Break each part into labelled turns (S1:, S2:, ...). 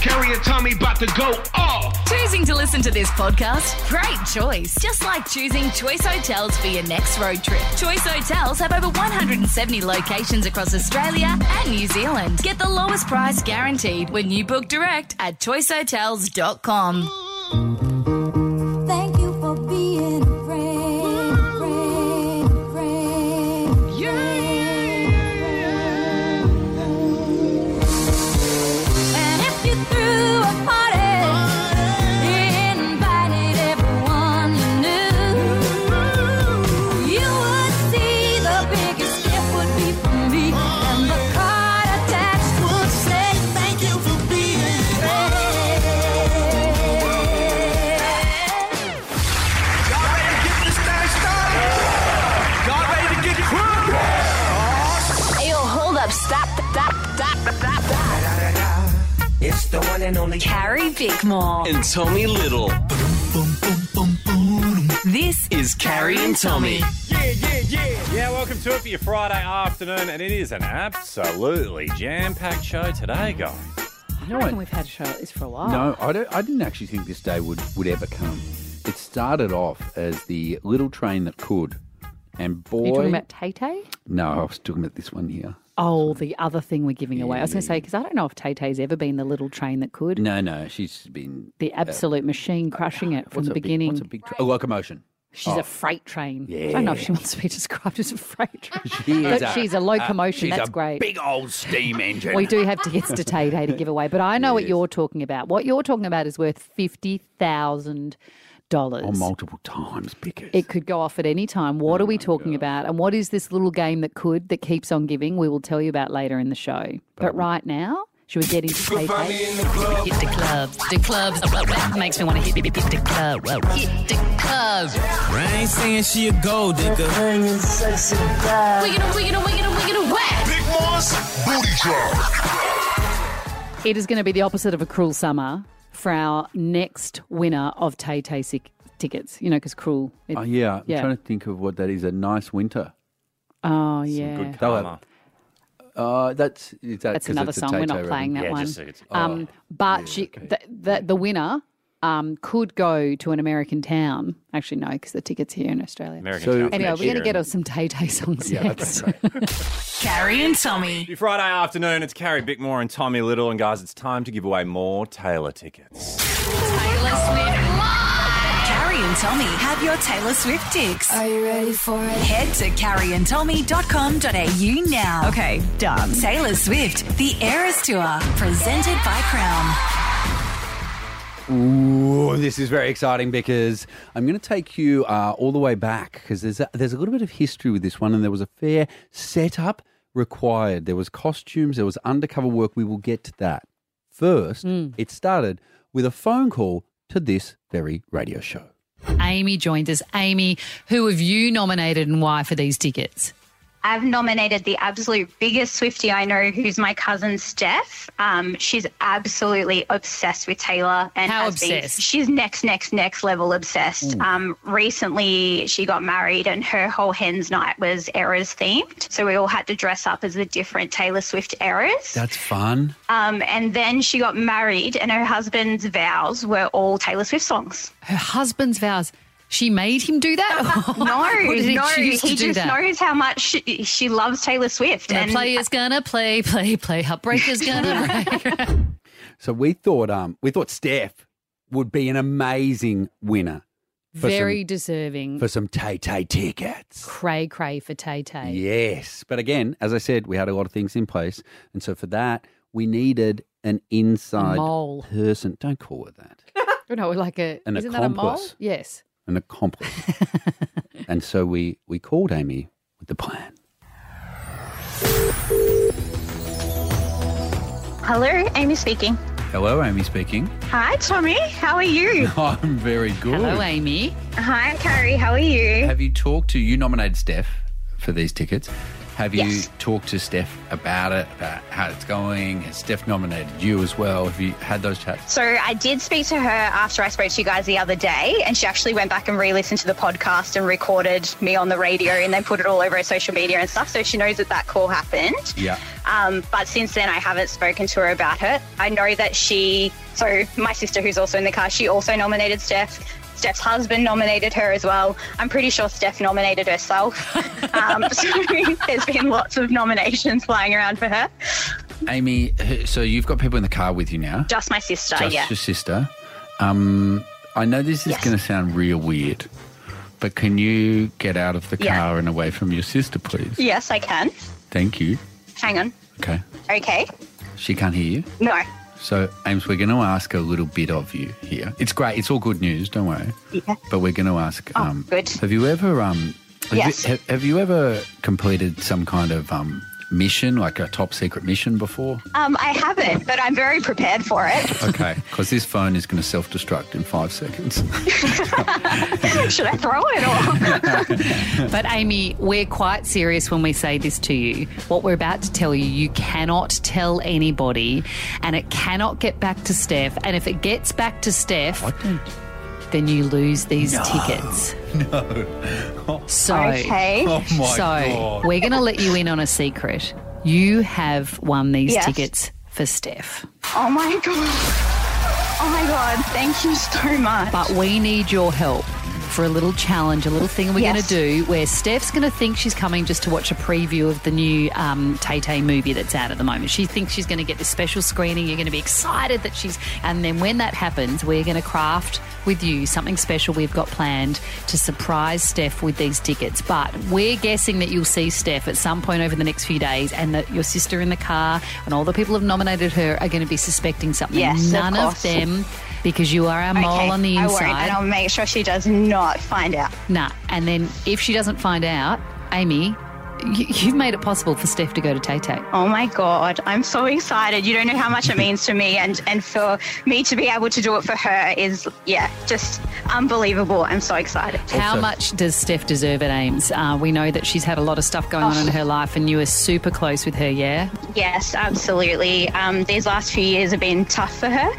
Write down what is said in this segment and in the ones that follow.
S1: Carrie and Tommy about to go off.
S2: Choosing to listen to this podcast? Great choice. Just like choosing Choice Hotels for your next road trip. Choice Hotels have over 170 locations across Australia and New Zealand. Get the lowest price guaranteed when you book direct at choicehotels.com.
S3: Thank you for being a friend, friend, friend. And if you threw a party, you invited everyone you knew. You would see the biggest gift would be from me, and the card attached would say, "Thank you for being a friend."
S4: Y'all ready to get this thing started? Y'all ready to get crunk?
S5: Yo, hold up, stop, stop, stop, stop, stop.
S4: It's the one and only.
S2: Carrie Bickmore.
S6: and Tommy Little.
S2: This
S6: Is Carrie and Tommy.
S4: Yeah, yeah, yeah.
S7: Yeah, welcome to it for your Friday afternoon, and it is an absolutely jam-packed show today, guys.
S8: I reckon we've had show this for a while.
S9: No, I, don't, I didn't actually think this day would, would ever come. It started off as the little train that could. And boy.
S8: Are you talking about Tay Tay?
S9: no, I was talking about this one here.
S8: Oh, the other thing we're giving away. I was going to say, because I don't know if Tay Tay's ever been the little train that could.
S9: No, no, she's been.
S8: The absolute machine crushing it from
S9: what's
S8: the
S9: a big-
S8: beginning.
S9: what's a big tra- a locomotion.
S8: she's
S9: Oh.
S8: a freight train. I don't know if she wants to be described as a freight train.
S9: She
S8: but
S9: is a-
S8: she's a locomotion.
S9: she's
S8: That's
S9: a
S8: great.
S9: Big old steam engine.
S8: we do have tickets to Tay Tay to give away, but I know what
S9: Yes.
S8: you're talking about. What you're talking about is worth fifty thousand dollars.
S9: Or Oh, multiple times, because
S8: It could go off at any time. What
S9: Oh
S8: are we talking about? And what is this little game that could that keeps on giving? We will tell you about later in the show. But right now, should we get into Tay Tay?
S2: hit the club, the club makes me want to hit, hit, hit the club, hit the club.
S10: I ain't saying she a gold digger.
S2: We're gonna, we're gonna, we're gonna, we're gonna whack.
S4: Big Boss Booty Drop.
S8: It is going to be the opposite of a cruel summer for our next winner of Tay Tay sick tickets. You know, because cruel. It,
S9: Oh, yeah. I'm
S8: Yeah.
S9: trying to think of what that is. A nice winter.
S8: oh yeah.
S7: Good
S9: They'll have-
S7: karma.
S9: Uh, that's is that
S8: That's
S9: 'cause
S8: another
S9: it's a
S8: song. We're not
S9: Tay-Tay
S8: playing that
S7: Yeah,
S8: one.
S7: just so it's-
S8: um, but she, the, the, the winner um, could go to an American town. Actually, no, because the ticket's here in Australia.
S7: American
S9: So-
S7: Town
S8: Anyway, we're going to
S7: Cheering.
S8: get us some Tay Tay songs next.
S2: Carrie and Tommy.
S7: Your Friday afternoon, it's Carrie Bickmore and Tommy Little, and guys, it's time to give away more Taylor tickets.
S2: Taylor Swift live. Carrie and Tommy have your Taylor Swift ticks.
S3: Are you ready for it?
S2: Head to carrieandtommy.com.au now. Okay, done. Taylor Swift, The Eras Tour, presented by Crown.
S9: Ooh, this is very exciting because I'm going to take you uh, all the way back because there's a, there's a little bit of history with this one, and there was a fair setup required. There was costumes, there was undercover work. We will get to that. First, it started with a phone call to this very radio show.
S8: Amy joins us. Amy, who have you nominated and why for these tickets?
S11: I've nominated the absolute biggest Swifty I know, who's my cousin Steph. Um, she's absolutely obsessed with Taylor and
S8: How
S11: has been-
S8: obsessed?
S11: she's next, next, next level obsessed. Um, recently, she got married, and her whole hens night was eras themed. So we all had to dress up as the different Taylor Swift eras.
S9: That's fun.
S11: Um, and then she got married, and her husband's vows were all Taylor Swift songs.
S8: Her husband's vows. She made him do that?
S11: No,
S8: Or did he
S11: no,
S8: choose to
S11: he
S8: do
S11: just
S8: that?
S11: knows how much she, she loves Taylor Swift,
S8: The
S11: and
S8: player's gonna play, play, play. Heartbreaker's gonna break.
S9: So we thought um we thought Steph would be an amazing winner For
S8: Very
S9: some-
S8: deserving.
S9: for some Tay Tay tickets.
S8: cray cray for Tay Tay.
S9: Yes. But again, as I said, we had a lot of things in place. And so for that, we needed an inside
S8: mole.
S9: person. Don't call it that.
S8: Oh, No, like a
S9: An accomplice.
S8: isn't that a mole? Yes.
S9: An accomplice. and so we, we called Amy with the plan.
S11: Hello, Amy speaking.
S9: Hello, Amy speaking.
S11: Hi, Tommy. How are you?
S9: I'm very good.
S8: Hello, Amy.
S11: Hi, Carrie. How are you?
S9: Have you talked to, you nominated Steph for these tickets. Have you
S11: Yes.
S9: talked to Steph about it, about how it's going? Has Steph nominated you as well? Have you had those chats?
S11: So I did speak to her after I spoke to you guys the other day, and she actually went back and re-listened to the podcast and recorded me on the radio, and then put it all over her social media and stuff. So she knows that that call happened.
S9: Yeah.
S11: Um, but since then, I haven't spoken to her about her. I know that she, so my sister, who's also in the car, she also nominated Steph. Steph's husband nominated her as well. I'm pretty sure Steph nominated herself. Um, so there's been lots of nominations flying around for her.
S9: Amy, h- so you've got people in the car with you now.
S11: Just my sister,
S9: Just
S11: Uh, yeah.
S9: your sister. Um, I know this is going to sound real weird, but can you get out of the
S11: Yeah.
S9: car and away from your sister, please?
S11: Yes, I can.
S9: Thank you.
S11: Hang on.
S9: Okay.
S11: Okay.
S9: She can't hear you.
S11: No.
S9: So, Ames, we're going to ask a little bit of you here. It's great. It's all good news. Don't worry.
S11: Yeah.
S9: But we're going to ask.
S11: Oh,
S9: um,
S11: good.
S9: Have you ever? Um, have
S11: Yes.
S9: You, have, have you ever completed some kind of um, mission, like a top secret mission, before?
S11: Um, I haven't, but I'm very prepared for it.
S9: Okay, because this phone is going to self destruct in five seconds.
S11: Should I throw it or?
S8: But Amy, we're quite serious when we say this to you. What we're about to tell you, you cannot tell anybody, and it cannot get back to Steph. And if it gets back to Steph, then you lose these tickets.
S9: No.
S8: So,
S3: Okay. Oh my
S8: so
S3: God.
S8: we're going to let you in on a secret. You have won these
S11: Yes.
S8: tickets for Steph.
S11: Oh my god. Oh my god, thank you so much.
S8: But we need your help for a little challenge, a little thing we're
S11: Yes.
S8: going to do where Steph's going to think she's coming just to watch a preview of the new um, Tay Tay movie that's out at the moment. She thinks she's going to get this special screening. You're going to be excited that she's. And then when that happens, we're going to craft with you something special we've got planned to surprise Steph with these tickets. But we're guessing that you'll see Steph at some point over the next few days and that your sister in the car and all the people who've nominated her are going to be suspecting something.
S11: Yes, of
S8: None of,
S11: course.
S8: them, because you are our mole
S11: Okay,
S8: on the
S11: I
S8: inside.
S11: won't, and I'll make sure she does not find out.
S8: Nah, and then if she doesn't find out, Amy, you, you've made it possible for Steph to go to Tay Tay.
S11: Oh my god, I'm so excited. You don't know how much it means to me and and for me to be able to do it for her is yeah, just unbelievable. I'm so excited.
S8: How much does Steph deserve at Ames? Uh, we know that she's had a lot of stuff going on
S11: Oh.
S8: in her life, and you are super close with her, yeah?
S11: Yes, absolutely. Um, these last few years have been tough for her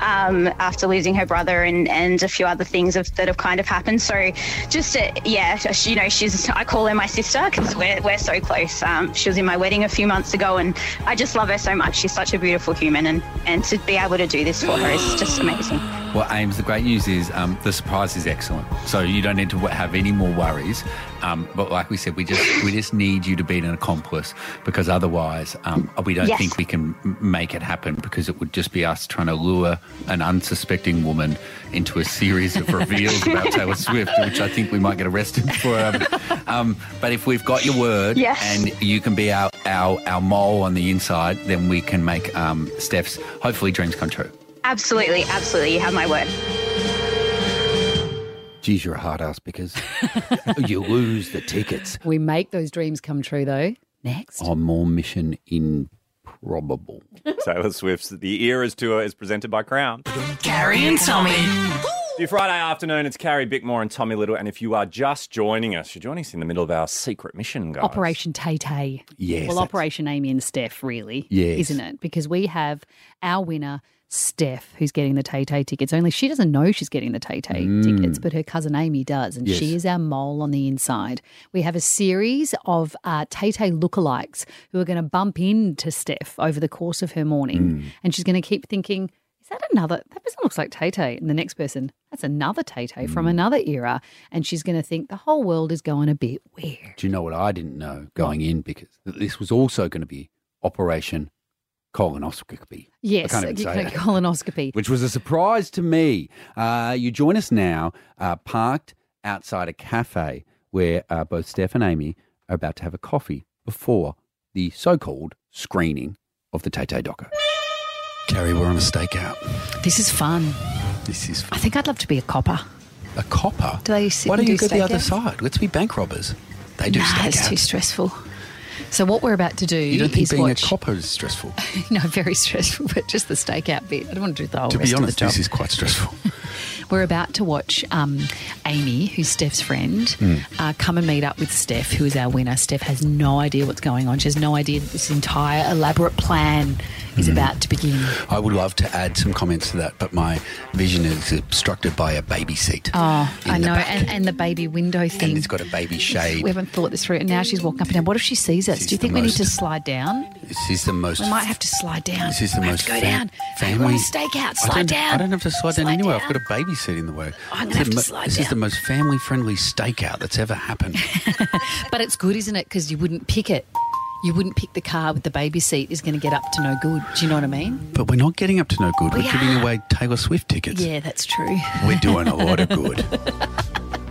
S11: um, after losing her brother and, and a few other things have, that have kind of happened. So, just uh, yeah, she- you know, she's I call her my sister because we're, we're so close. Um, she was in my wedding a few months ago, and I just love her so much. She's such a beautiful human, and, and to be able to do this for her is just amazing.
S9: Well, Ames, the great news is um, the surprise is excellent, so you don't need to w- have any more worries. Um, but like we said, we just we just need you to be an accomplice because otherwise, um, we don't
S12: Yes.
S9: think we can m- make it happen because it would just be us trying to lure an unsuspecting woman into a series of reveals about Taylor Swift, which I think we might get arrested for. Um, um, but if we've got your word
S12: Yes.
S9: and you can be our, our our mole on the inside, then we can make um, Steph's hopefully dreams come true.
S11: Absolutely, absolutely. You have my word.
S9: Geez, you're a hard ass because you lose the tickets.
S8: We make those dreams come true, though. Next.
S9: Or more mission improbable.
S7: Taylor Swift's The Eras Tour is presented by Crown.
S6: Carrie and Tommy.
S7: Your Friday afternoon, it's Carrie Bickmore and Tommy Little. And if you are just joining us, you're joining us in the middle of our secret mission, guys.
S8: Operation Tay Tay.
S7: Yes,
S8: Well,
S7: that's-
S8: Operation Amy and Steph, really.
S7: Yes.
S8: Isn't it? Because we have our winner, Steph, who's getting the Tay Tay tickets. Only she doesn't know she's getting the Tay Tay
S13: Mm.
S8: tickets, but her cousin Amy does. And
S13: Yes.
S8: she is our mole on the inside. We have a series of uh, Tay Tay lookalikes who are going to bump into Steph over the course of her morning.
S13: Mm.
S8: And she's going to keep thinking, is that another? That person looks like Tay Tay. And the next person, that's another Tay Tay from
S7: Mm.
S8: another era. And she's going to think the whole world is going a bit weird.
S9: Do you know what I didn't know going in? Because th- this was also going to be Operation Colonoscopy.
S8: Yes,
S9: I can't even say
S8: you know,
S9: it.
S8: colonoscopy.
S9: Which was a surprise to me. Uh, you join us now, uh, parked outside a cafe where uh, both Steph and Amy are about to have a coffee before the so called screening of the Tay Tay Docker. Carrie, we're on a stakeout.
S8: This is fun.
S9: This is fun.
S8: I think I'd love to be a copper.
S9: A copper?
S13: Do they sit
S9: Why don't
S13: and
S9: you
S13: do
S9: go the
S13: stakeout?
S9: other side? Let's be bank robbers. They do
S13: Nah, it's
S9: stakeouts.
S13: too stressful.
S8: So what we're about to do
S9: You don't think
S8: is
S9: being
S8: watch.
S9: a copper is stressful?
S8: no, very stressful, but just the stakeout bit. I don't want to do the whole
S9: to
S8: rest
S9: be
S8: of the
S9: honest,
S8: job.
S9: this is quite stressful.
S8: We're about to watch um, Amy, who's Steph's friend,
S9: Hmm.
S14: Mm.
S8: uh, come and meet up with Steph, who is our winner. Steph has no idea what's going on. She has no idea that this entire elaborate plan is
S9: Hmm.
S8: about to begin.
S9: I would love to add some comments to that, but my vision is obstructed by a baby seat.
S8: Oh,
S9: In
S8: I
S9: the
S8: know.
S9: back.
S8: And, and the baby window thing.
S9: And it's got a baby shade.
S8: We haven't thought this through. And now she's walking up and down. What if she sees us? Do you think
S9: the
S8: we need
S9: most-
S8: to slide down?
S9: This is the most.
S8: we might have to slide down.
S9: This is the
S8: we
S9: most.
S8: have to go
S9: fam-
S8: down. Hey, we're on a
S9: family-
S8: stakeout.
S9: I
S8: Slide
S9: don't-
S8: down.
S9: I don't have to slide, down anywhere.
S8: down.
S9: I've got a baby seat in the way. This
S8: I'm gonna
S9: is
S8: have to
S9: mo-
S8: slide
S9: This is the
S8: down.
S9: most family-friendly stakeout that's ever happened.
S8: But it's good, isn't it? Because you wouldn't pick it. You wouldn't pick the car with the baby seat is going to get up to no good. Do you know what I mean?
S9: But we're not getting up to no good.
S8: We
S9: We're giving
S8: are.
S9: away Taylor Swift tickets.
S8: Yeah, that's true.
S9: We're doing a lot of good.
S8: Oh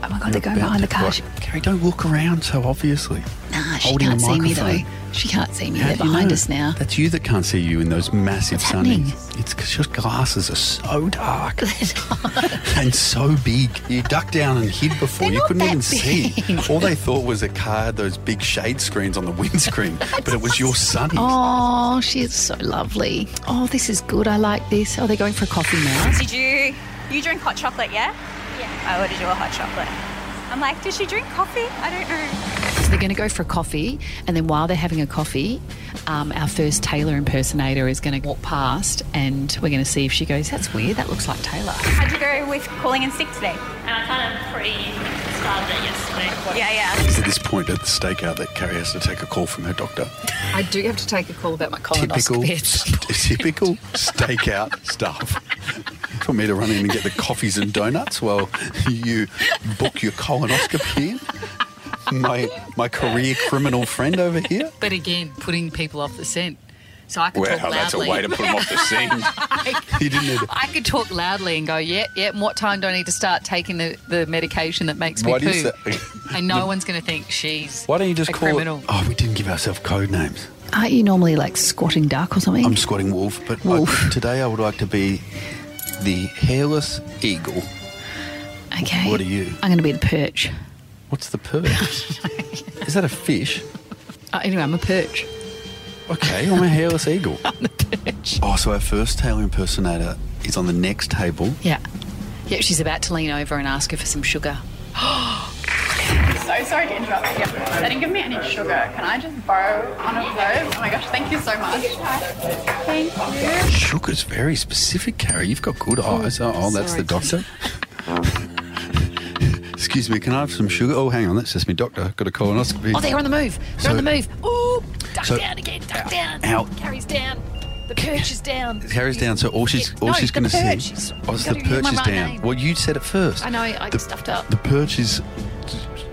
S8: my God,
S9: You're
S8: they're going
S9: about
S8: behind
S9: to
S8: the car.
S9: what? Carrie, don't look around so obviously.
S8: Nah, she
S9: Holding a
S8: can't see me though.
S9: microphone.
S8: She can't see me.
S9: How
S8: They're
S9: do you
S8: behind
S9: know?
S8: us now.
S9: That's you that can't see you in those massive
S8: What's
S9: sunnies. It's 'cause your glasses are so dark and so big. You ducked down and hid before. you couldn't even see. All they thought was a car, had those big shade screens on the windscreen, but it was your sunny.
S8: Oh, she is so lovely. Oh, this is good. I like this. Oh, they're going for a coffee now.
S11: Did you you drink hot chocolate? Yeah. Yeah. I ordered you a hot chocolate. I'm like, does she drink coffee? I don't know.
S8: So they're going to go for a coffee, and then while they're having a coffee, um, our first Taylor impersonator is going to walk past, and we're going to see if she goes, "That's weird. That looks like Taylor."
S11: How'd you go with calling in sick today? And I kind of pre-started it yesterday. Yeah, yeah.
S9: It's at this point at the stakeout that Carrie has to take a call from her doctor.
S8: I do have to take a call about my
S9: Typical,
S8: colonoscopy.
S9: typical stakeout stuff. For me to run in and get the coffees and donuts while you book your colonoscopy in. My my career criminal friend over here.
S8: But again, putting people off the scent. So I could
S9: Well,
S8: talk loudly.
S9: that's a way to put 'em off the scent. He didn't need
S8: I could talk loudly and go, yeah, yeah. and What time do I need to start taking the, the medication that makes me
S9: What
S8: poo?
S9: is
S8: And no one's going to think she's.
S9: Why don't you just
S8: a
S9: call
S8: criminal.
S9: it? Oh, we didn't give ourselves code names.
S8: Aren't you normally like squatting duck or something?
S9: I'm squatting wolf, but I, today I would like to be the hairless eagle.
S8: Okay.
S9: What are you?
S8: I'm going to be the perch.
S9: What's the perch? Is that a fish?
S8: Uh, anyway, I'm a perch.
S9: Okay, I'm a hairless eagle. Oh, so our first Taylor impersonator is on the next table.
S8: Yeah. Yeah, she's about to lean over and ask her for some sugar.
S3: So sorry to interrupt. Yeah. They didn't give me any sugar. Can I just borrow one of those? Oh my gosh, thank you so much. Thank you.
S9: Sugar's very specific, Carrie. You've got good eyes. Oh, oh, that's the doctor. Excuse me, can I have some sugar? Oh, hang on, that's just me, doctor. Got a colonoscopy.
S8: Oh, they're on the move. They're on
S9: So-
S8: the move. Ooh, duck
S9: so-
S8: down again, duck down.
S9: ow.
S8: Carrie's down. The perch is down.
S9: Carrie's down, so all she's all
S8: No,
S9: she's
S8: the
S9: going to
S8: perch.
S9: see.
S8: She's-
S9: Oh, it's
S8: you
S9: the
S8: gotta use my
S9: perch is
S8: right
S9: down.
S8: name.
S9: Well, you said it first.
S8: I know, I
S9: The-
S8: stuffed up.
S9: The perch is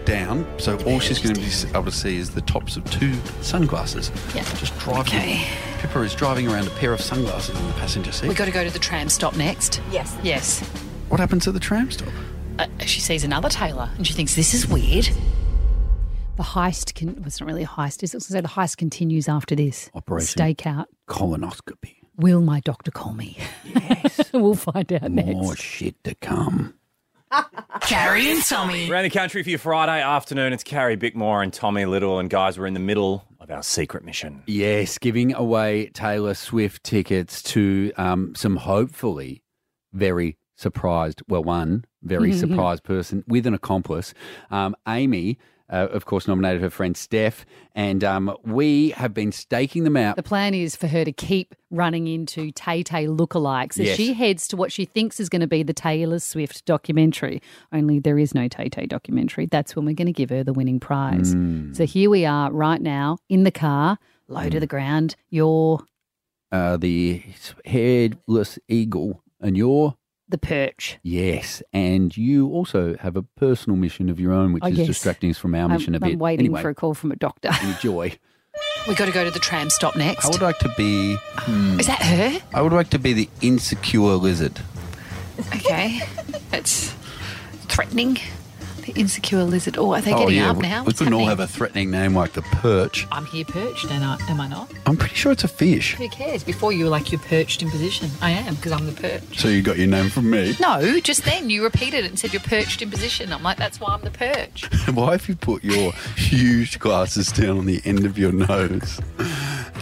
S9: down, so all she's going to be able to see is the tops of two sunglasses.
S8: Yeah.
S9: Just driving.
S8: Okay.
S9: Pippa is driving around a pair of sunglasses in the passenger seat.
S8: We've got to go to the tram stop next. Yes. Yes.
S9: What happens at the tram stop?
S8: Uh, she sees another Taylor and she thinks this is weird. The heist can, well, it's not really a heist, is it? So the heist continues after this.
S9: Operation.
S8: Stakeout.
S9: Colonoscopy.
S8: Will my doctor call me? Yes. we'll find out
S9: More
S8: next.
S9: shit to come.
S15: Carrie and Tommy.
S7: Around the country for your Friday afternoon, it's Carrie Bickmore and Tommy Little. And guys, we're in the middle of our secret mission.
S5: Yes, giving away Taylor Swift tickets to um, some hopefully very surprised, well, one very surprised person with an accomplice. Um, Amy, uh, of course, nominated her friend Steph, and um, we have been staking them out.
S8: The plan is for her to keep running into Tay Tay lookalikes as
S5: Yes.
S8: she heads to what she thinks is going to be the Taylor Swift documentary. Only there is no Tay Tay documentary. That's when we're going to give her the winning prize.
S5: Mm.
S8: So here we are right now in the car, low to the ground. You're
S5: Uh, the headless eagle, and you're.
S8: the perch.
S5: Yes, and you also have a personal mission of your own, which
S8: Oh,
S5: is
S8: yes.
S5: distracting us from our
S8: I'm-
S5: mission a bit.
S8: I'm waiting
S5: Anyway,
S8: for a call from a doctor.
S5: enjoy.
S8: we got to go to the tram stop next.
S9: I would like to be. hmm,
S8: Is that her?
S9: I would like to be the insecure lizard.
S8: Okay. That's threatening. The insecure lizard. Oh, are they
S9: oh,
S8: getting
S9: yeah.
S8: up
S9: we-
S8: now?
S9: We
S8: What's
S9: couldn't all
S8: happening?
S9: have a threatening name like the perch.
S8: I'm here perched, and I, am I not?
S9: I'm pretty sure it's a fish.
S8: Who cares? Before you were like, you're perched in position. I am, because I'm the perch.
S9: So you got your name from me.
S8: No, just then you repeated it and said you're perched in position. I'm like, that's why I'm the perch.
S9: Why have you put your huge glasses down on the end of your nose?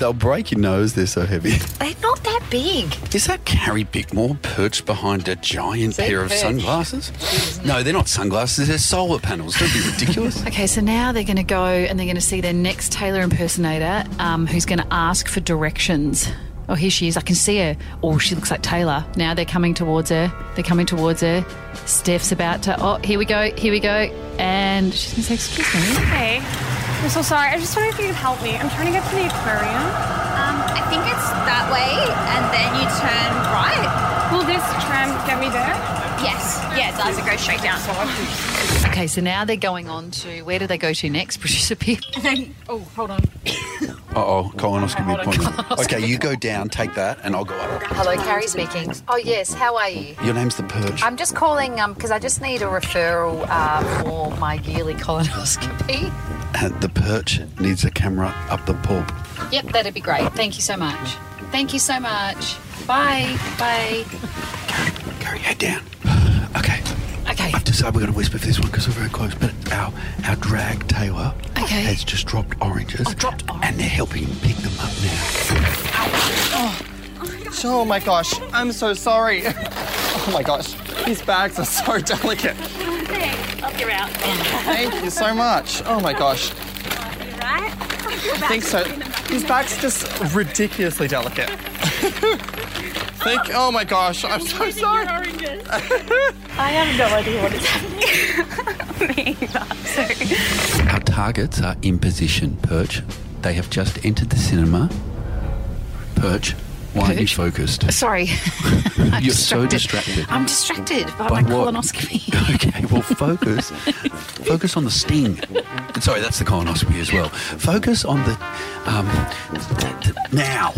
S9: They'll break your nose, they're so heavy.
S8: They're not that
S16: that big.
S17: Is that Carrie Bickmore perched behind a giant pair of
S16: perch?
S17: sunglasses? No, they're not sunglasses. They're solar panels. Don't be ridiculous.
S8: Okay, so now they're going to go and they're going to see their next Taylor impersonator um, who's going to ask for directions. Oh, here she is. I can see her. Oh, she looks like Taylor. Now they're coming towards her. They're coming towards her. Steph's about to. Oh, here we go. Here we go. And she's going to say, Excuse me.
S3: Hey, I'm so sorry. I just wonder if you could help me. I'm trying to get to the aquarium. Um, I think it's that way, and then you turn right. Will this tram get me there? Yes. Yeah, it does. It goes straight down.
S8: Okay, so now they're going on to. Where do they go to next? Producer Pip.
S3: oh, hold on.
S17: Uh oh, Colonos can be pointing. Okay, you go down, take that, and I'll go up.
S16: Hello, Carrie speaking. Oh, yes, how are you?
S17: Your name's the Perch.
S16: I'm just calling because I just need a referral uh, for my yearly colonoscopy.
S17: Uh, the Perch needs a camera up the pulp.
S8: Yep, that'd be great. Thank you so much. Thank you so much. Bye. Bye.
S17: Carrie, head down. Okay. Okay. I've decided we're going to whisper for this one because we're very close. But our our drag Taylor
S8: Okay.
S17: has just dropped oranges. Oh, dropped oranges. And they're helping him pick them up now.
S18: Oh my gosh, I'm so sorry. Oh my gosh, these bags are so delicate.
S3: Thanks. I'll get out.
S18: Thank you so much. Oh my gosh,
S3: Right?
S18: I think so. These bags are just ridiculously delicate. Thank. Oh my gosh, I'm so sorry.
S3: I have no idea what it's happening. Me either.
S17: Our targets are in position, Perch. They have just entered the cinema. Perch, why aren't you focused?
S8: Sorry.
S17: You're
S8: I'm
S17: so distracted.
S8: I'm distracted by,
S17: By
S8: my
S17: what?
S8: colonoscopy.
S17: okay, well, focus. focus on the sting. Sorry, that's the colonoscopy as well. Focus on the. Um, th- th- now.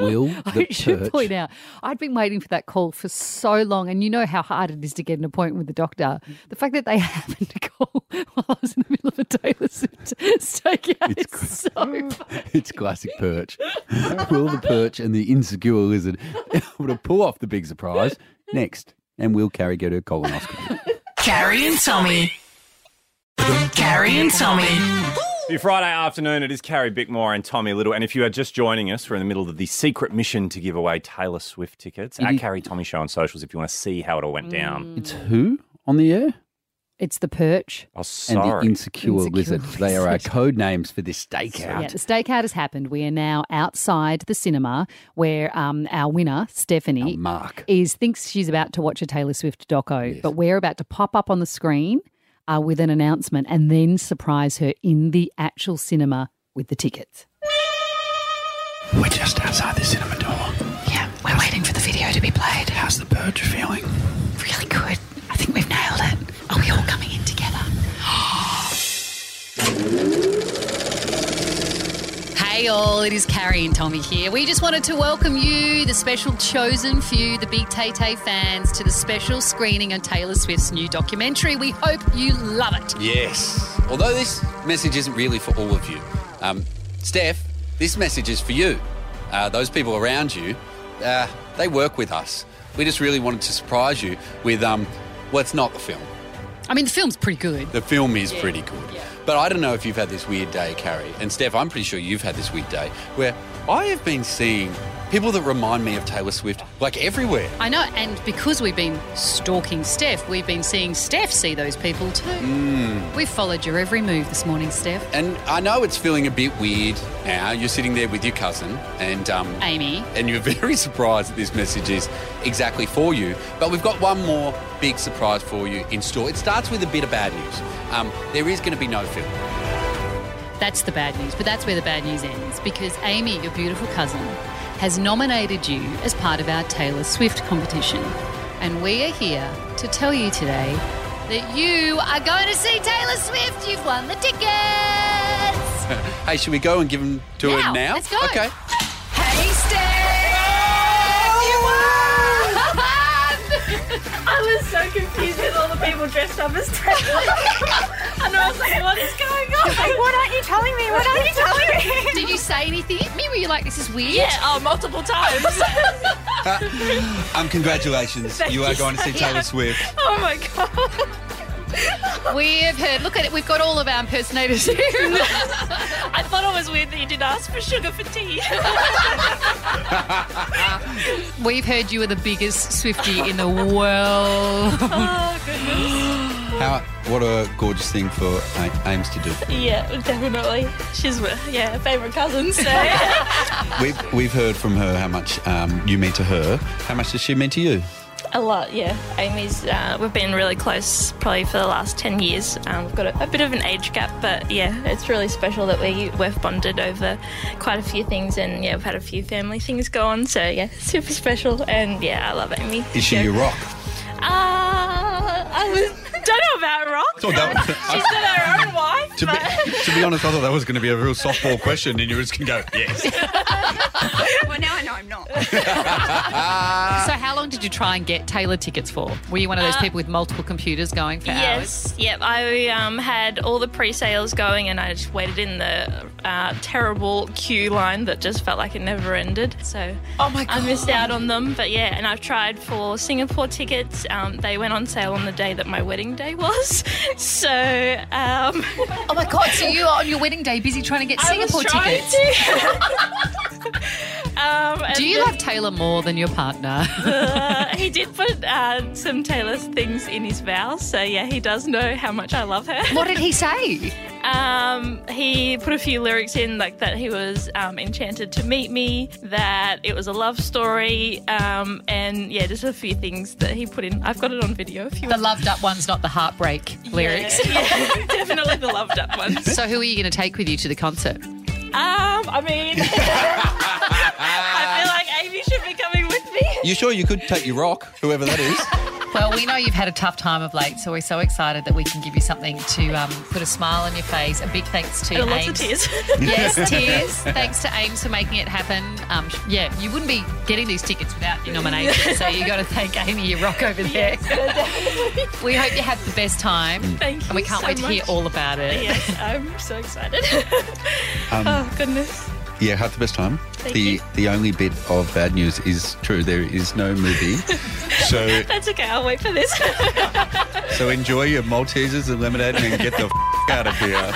S19: Will
S8: I should point out, I'd been waiting for that call for so long, and you know how hard it is to get an appointment with the doctor. The fact that they happened to call while I was in the middle of a Taylor Swift stakeout is so funny.
S19: It's classic perch. Will the perch and the insecure lizard able to pull off the big surprise next? And will Carrie get her colonoscopy?
S20: Carrie and Tommy. Carrie and Tommy.
S7: Your Friday afternoon, it is Carrie Bickmore and Tommy Little. And if you are just joining us, we're in the middle of the secret mission to give away Taylor Swift tickets
S19: It
S7: at
S19: is-
S7: Carrie Tommy Show on socials if you want to see how it all went down.
S19: It's who on the air?
S8: It's the perch.
S7: Oh,
S19: And the
S7: sorry.
S19: insecure, lizard. They are our code names for this stakeout.
S8: Yeah, the stakeout has happened. We are now outside the cinema where um, our winner, Stephanie,
S19: Mark,
S8: is thinks she's about to watch a Taylor Swift doco, but we're about to pop up on the screen uh, with an announcement and then surprise her in the actual cinema with the tickets.
S17: We're just outside the cinema door.
S16: Yeah, we're waiting for the video to be played.
S17: How's the Perch feeling?
S16: Really good. I think we've nailed it. Are we all coming in together?
S8: Hey all, it is Carrie and Tommy here. We just wanted to welcome you, the special chosen few, the big Tay Tay fans, to the special screening on Taylor Swift's new documentary. We hope you love it.
S9: Yes. Although this message isn't really for all of you. Um, Steph, this message is for you. Uh, those people around you, uh, they work with us. We just really wanted to surprise you with um, well, it's not the film.
S8: I mean, the film's pretty good.
S9: The film is
S8: Yeah.
S9: pretty good. But I don't know if you've had this weird day, Carrie. And Steph, I'm pretty sure you've had this weird day where I have been seeing people that remind me of Taylor Swift like everywhere.
S8: I know, and because we've been stalking Steph, we've been seeing Steph see those people too.
S9: Mm.
S8: We've followed your every move this morning, Steph.
S9: And I know it's feeling a bit weird now. You're sitting there with your cousin, and um,
S8: Amy.
S9: and you're very surprised that this message is exactly for you. But we've got one more big surprise for you in store. It starts with a bit of bad news. Um, there is going to be no film.
S8: That's the bad news, but that's where the bad news ends because Amy, your beautiful cousin, has nominated you as part of our Taylor Swift competition. And we are here to tell you today that you are going to see Taylor Swift. You've won the tickets.
S9: hey, should we go and give them to her now?
S8: Let's go.
S9: Okay.
S8: Hey, Steph.
S3: You won! I was so confused with all the people dressed up as Taylor. and I was like, what is going on? Like, what aren't you telling me? What aren't you telling me?
S8: Did you say anything at me? Were you like, this is weird?
S3: Yeah,
S21: uh,
S3: oh, multiple times.
S9: Um, congratulations.
S8: Thank
S9: you are
S8: you
S9: going to see
S8: so
S9: Taylor
S8: much.
S9: Swift.
S8: Oh my god. We have heard. Look at it. We've got all of our impersonators here.
S21: I thought it was weird that you didn't ask for sugar for tea.
S8: We've heard you are the biggest Swifty in the world.
S21: oh, goodness.
S12: How, what a gorgeous thing for A- Ames to do.
S21: Yeah, definitely. She's my- yeah, favourite cousin, so
S12: We've, we've heard from her how much um, you mean to her. How much does she mean to you?
S21: a lot, yeah. Amy's, uh, we've been really close probably for the last 10 years. Um, we've got a, a bit of an age gap, but yeah, it's really special that we, we've bonded over quite a few things and yeah, we've had a few family things go on, so yeah, super special and yeah, I love Amy.
S12: Is she your rock?
S21: Uh, I don't know about rock.
S12: Thought that was-
S21: She's got her own wife.
S12: To be, to be honest, I thought that was going to be a real softball question, and you were just going to go, yes.
S22: well, now I know I'm not.
S8: so, how long did you try and get Taylor tickets for? Were you one of those
S21: Uh,
S8: people with multiple computers going for hours?
S21: Yes, yep. I um, had all the pre-sales going, and I just waited in the uh, terrible queue line that just felt like it never ended. So, oh my I missed out on them. But yeah, and I've tried for Singapore tickets. Um, they went on sale on the day that my wedding day was. So, um,
S8: oh my God, so you are on your wedding day busy trying to get
S21: I was
S8: Singapore
S21: trying
S8: tickets.
S21: um, and
S8: Do you
S21: then-
S8: love Taylor more than your partner?
S21: Uh, he did put uh, some Taylor's things in his vows, so yeah, he does know how much I love her.
S8: What did he say?
S21: Um, he put a few lyrics in, like that he was um, enchanted to meet me, that it was a love story, um, and yeah, just a few things that he put in. I've got it on video if you
S8: the
S21: want.
S8: loved up one's not the heartbreak lyrics.
S21: Yeah, yeah, definitely the loved up ones.
S8: So, who are you going to take with you to the concert?
S21: Um, I mean, I feel like Amy should be coming with me.
S12: You sure you could take your rock, whoever that is?
S8: Well, we know you've had a tough time of late, so we're so excited that we can give you something to um, put a smile on your face. A big thanks to
S21: And
S8: Ames.
S21: lots of tears.
S8: yes, tears. Thanks to Ames for making it happen. Um, sh- yeah, you wouldn't be getting these tickets without your nomination, so you got to thank Amy, your rock over there. we hope you have the best time.
S21: Thank you.
S8: And we can't
S21: so
S8: wait to hear
S21: much.
S8: all about it.
S21: Yes, I'm so excited.
S12: Um,
S21: oh goodness.
S12: Yeah, had the best time.
S21: Thank
S12: the
S21: you.
S12: the only bit of bad news is true. There is no movie, so
S21: That's okay. I'll wait for this.
S12: so enjoy your Maltesers and lemonade and get the f- out of here.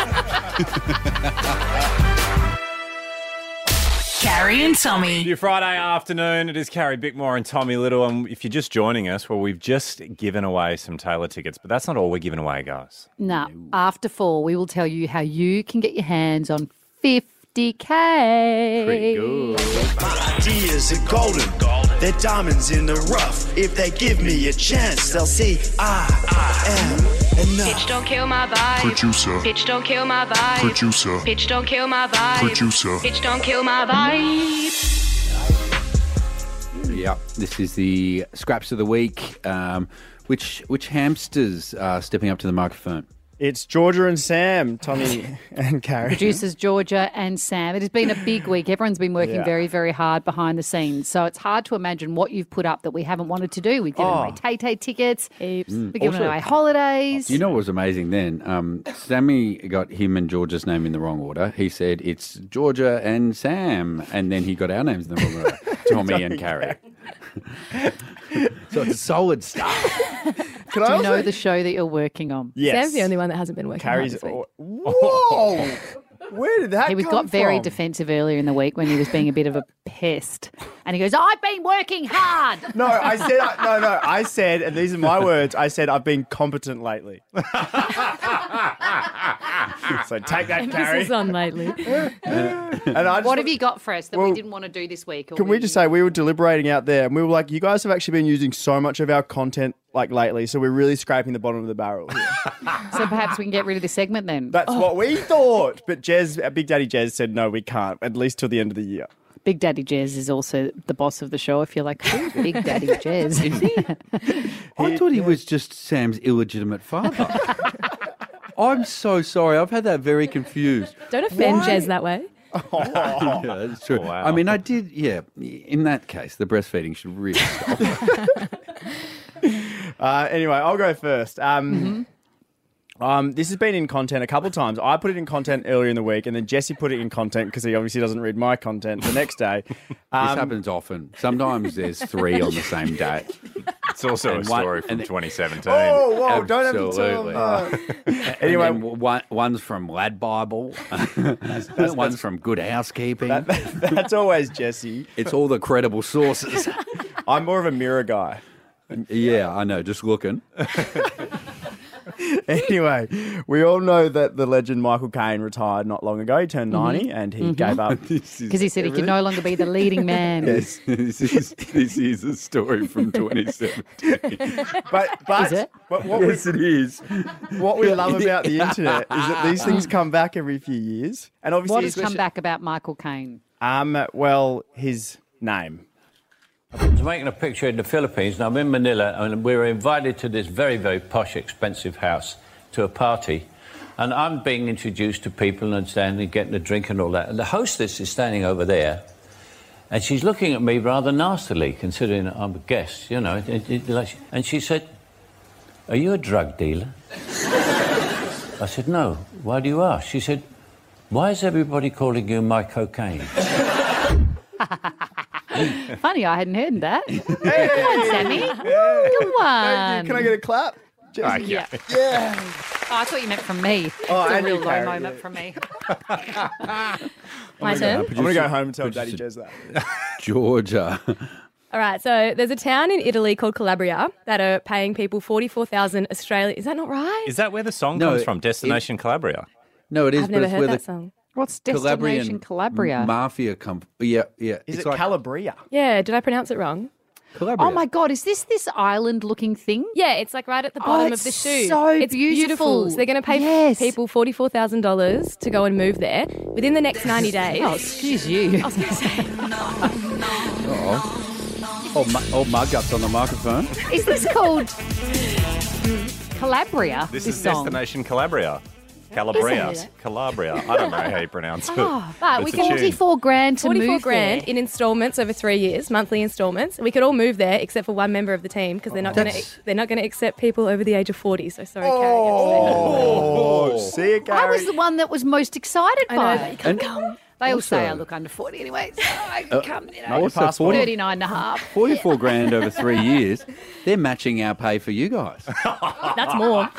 S7: Carrie and Tommy. Your Friday afternoon. It is Carrie Bickmore and Tommy Little. And if you're just joining us, well, we've just given away some Taylor tickets, but that's not all we're giving away, guys.
S8: No, after four, we will tell you how you can get your hands on 50K.
S7: Pretty good.
S23: My ideas are golden. They're diamonds in the rough. If they give me a chance, they'll see ah. I, I am enough.
S24: Bitch, don't kill my vibe.
S23: Producer.
S24: Bitch, don't kill my vibe.
S23: Producer.
S24: Bitch, don't kill my vibe.
S9: Producer.
S24: Bitch, don't kill my vibe.
S9: Yeah, this is the scraps of the week. Um, which which hamsters are stepping up to the microphone?
S25: It's Georgia and Sam, Tommy and Carrie.
S8: Producers Georgia and Sam. It has been a big week. Everyone's been working
S25: Yeah.
S8: very, very hard behind the scenes. So it's hard to imagine what you've put up that we haven't wanted to do. We've given
S9: Oh.
S8: away Tay Tay tickets.
S9: Mm.
S8: We've given
S9: Also-
S8: away holidays.
S9: You know what was amazing then? Um, Sammy got him and Georgia's name in the wrong order. He said it's Georgia and Sam, and then he got our names in the wrong order. Tommy and Carrie. so it's solid stuff.
S8: Do you know the show that you're working on?
S25: Yes.
S26: Sam's the only one that hasn't been working.
S25: Carrie's.
S26: hard this week.
S25: Whoa! Where did that
S8: He was
S26: come
S8: got very
S26: from?
S8: defensive earlier in the week when he was being a bit of a pest, and he goes, "I've been working hard."
S25: No, I said I, no, no. I said, and these are my words. I said I've been competent lately. so take that, Carrie.
S26: Emphasis on lately.
S25: and I just
S8: what
S25: want-
S8: have you got for us that we
S25: Well,
S8: didn't want to do this week? or
S25: Can we just say we were deliberating out there and we were like, you guys have actually been using so much of our content like lately, so we're really scraping the bottom of the barrel. here."
S8: so perhaps we can get rid of this segment then.
S25: That's
S8: Oh,
S25: what we thought. But Jez, uh, Big Daddy Jez said, no, we can't, at least till the end of the year.
S8: Big Daddy Jez is also the boss of the show. If you're like "Who's Big Daddy Jez,
S9: Is he? I thought he was just Sam's illegitimate father. I'm so sorry. I've had that very confused.
S26: Don't offend
S9: Why?
S26: Jez that way.
S9: yeah, that's true. I mean, I did. Yeah, in that case, the breastfeeding should really stop.
S25: Uh, anyway, I'll go first. Um,
S26: Mm-hmm.
S25: Um, this has been in content a couple times. I put it in content earlier in the week, and then Jesse put it in content because he obviously doesn't read my content the next day. Um,
S9: this happens often. Sometimes there's three on the same day.
S7: It's also
S9: And
S7: a
S9: one-
S7: story from 2017.
S25: Oh, whoa, don't have to tell
S9: Absolutely.
S25: them uh,
S9: anyway, one, one's from Lad Bible, one's from Good Housekeeping.
S25: that's always Jesse.
S9: It's all the credible sources.
S25: I'm more of a mirror guy.
S9: Yeah, I know. Just looking.
S25: anyway, we all know that the legend Michael Caine retired not long ago. He turned 90
S8: Mhm.
S25: and he
S8: Mhm.
S25: gave up.
S8: Because he said he could no longer be the leading man.
S25: Yes.
S9: this, is, this is a story from 2017.
S25: But, but, but what,
S9: yes, it is.
S25: we, what we love about the internet is that these things come back every few years. And obviously,
S8: what has come
S25: especially-
S8: back about Michael Caine?
S25: Um, well, his name.
S1: I was making a picture in the Philippines, and I'm in Manila, and we were invited to this very, very posh, expensive house to a party. And I'm being introduced to people and standing, getting a drink and all that. And the hostess is standing over there, and she's looking at me rather nastily, considering I'm a guest, you know. it- it- like she- And she said, Are you a drug dealer? I said, No. Why do you ask? She said, Why is everybody calling you my cocaine?
S8: Funny, I hadn't heard that. Come on, Sammy. Come on.
S25: Can I get a clap?
S8: Jesse? Yeah.
S25: Yeah.
S8: Oh, I thought you meant from me.
S25: Oh,
S8: it's a
S25: and
S8: real
S25: you,
S8: low
S25: Karen,
S8: moment
S25: yeah.
S8: from me.
S26: My turn.
S25: I'm going to go home and tell Daddy Jez that.
S9: Georgia.
S26: All right, so there's a town in Italy called Calabria that are paying people 44,000 Australian. Is that not right?
S7: Is that where the song
S9: No,
S7: comes from?
S9: it-
S7: Destination Calabria.
S9: No, it is.
S26: I've
S9: but
S26: never
S9: it's
S26: heard
S9: where
S26: that
S9: the
S26: song.
S8: What's
S9: Calabrian mafia come. Yeah, yeah.
S25: Is
S9: it's
S25: it Calabria?
S26: Yeah, did I pronounce it wrong?
S9: Calabria.
S8: Oh my God, is this this island looking thing?
S26: Yeah, it's like right at the
S8: Oh,
S26: bottom of
S8: it's
S26: the shoe.
S8: so
S26: it's
S8: beautiful.
S26: So they're going to pay
S8: Yes.
S26: people forty-four thousand dollars to go and move there within the next ninety days.
S8: Oh, excuse you.
S26: I was going to say.
S9: Oh, old, mu- old mug ups on the microphone.
S8: Is this called Calabria?
S7: This,
S8: This,
S7: is
S8: song.
S7: Destination Calabria. Calabria.
S8: Isn't Ah,
S7: Calabria. I don't know how you pronounce it.
S26: Oh,
S8: but
S7: It's
S8: we
S7: a
S8: can
S7: tune.
S8: forty-four grand to
S26: Forty-four
S8: move
S26: grand
S8: there.
S26: in installments over three years, monthly installments. We could all move there except for one member of the team because they're not going
S9: That's-
S26: to they're not going to accept people over the age of forty. So sorry, Carrie.
S25: Oh, see it,
S8: I was
S25: Gary.
S8: the one that was most excited
S26: I know,
S8: by.
S26: but
S8: it.
S9: And- come.
S8: They all say
S9: also-
S8: I look under forty anyway, so I
S9: Uh,
S8: come. You
S9: no,
S8: know,
S9: also 40
S8: 39 and a half.
S9: 44 grand over three years. They're matching our pay for you guys.
S26: That's more.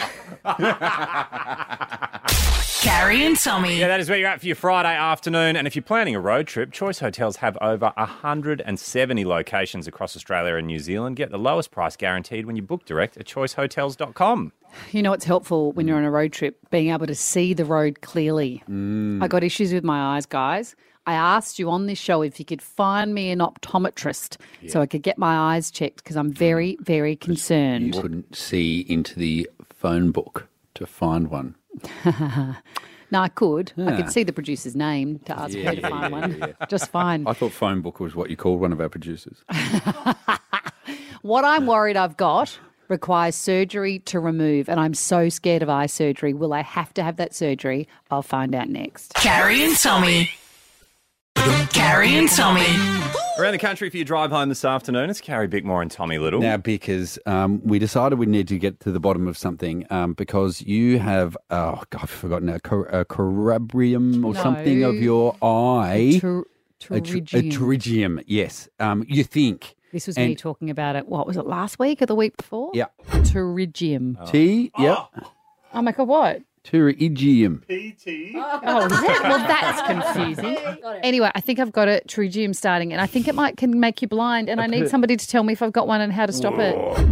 S7: Carrie and Tommy. Yeah, that is where you're at for your Friday afternoon. And if you're planning a road trip, Choice Hotels have over 170 locations across Australia and New Zealand. Get the lowest price guaranteed when you book direct at choicehotels.com.
S8: You know, it's helpful when you're on a road trip being able to see the road clearly.
S9: Mm.
S8: I got issues with my eyes, guys. I asked you on this show if you could find me an optometrist so I could get my eyes checked because I'm very,
S9: Mm.
S8: very concerned.
S9: You couldn't see into the phone book to find one.
S8: no, I could. I
S9: Yeah.
S8: could see the producer's name to ask
S9: Yeah,
S8: her to
S9: yeah,
S8: find
S9: yeah,
S8: one.
S9: yeah, yeah.
S8: Just fine.
S9: I thought phone book was what you called one of our producers.
S8: What I'm worried I've got requires surgery to remove, and I'm so scared of eye surgery. Will I have to have that surgery? I'll find out next.
S6: Carrie and Tommy. Carrie and Tommy.
S7: Around the country for your drive home this afternoon, it's Carrie Bickmore and Tommy Little.
S9: Now, because um, we decided we need to get to the bottom of something um, because you have, oh, God, I've forgotten, a, cor- a carabrium or
S8: No.
S9: something of your eye.
S8: Pter-
S9: A tr-
S8: pterygium.
S9: A pterygium, yes. Um, you think.
S8: This was me
S9: And-
S8: talking about it. What was it last week or the week before?
S9: Yeah.
S8: Pterygium.
S9: T, yep.
S8: Oh my god, what?
S9: Pterygium.
S8: Oh, is it? Well, that's confusing. Anyway, I think I've got a pterygium starting, and I think it might can make you blind. And I need somebody to tell me if I've got one and how to stop it.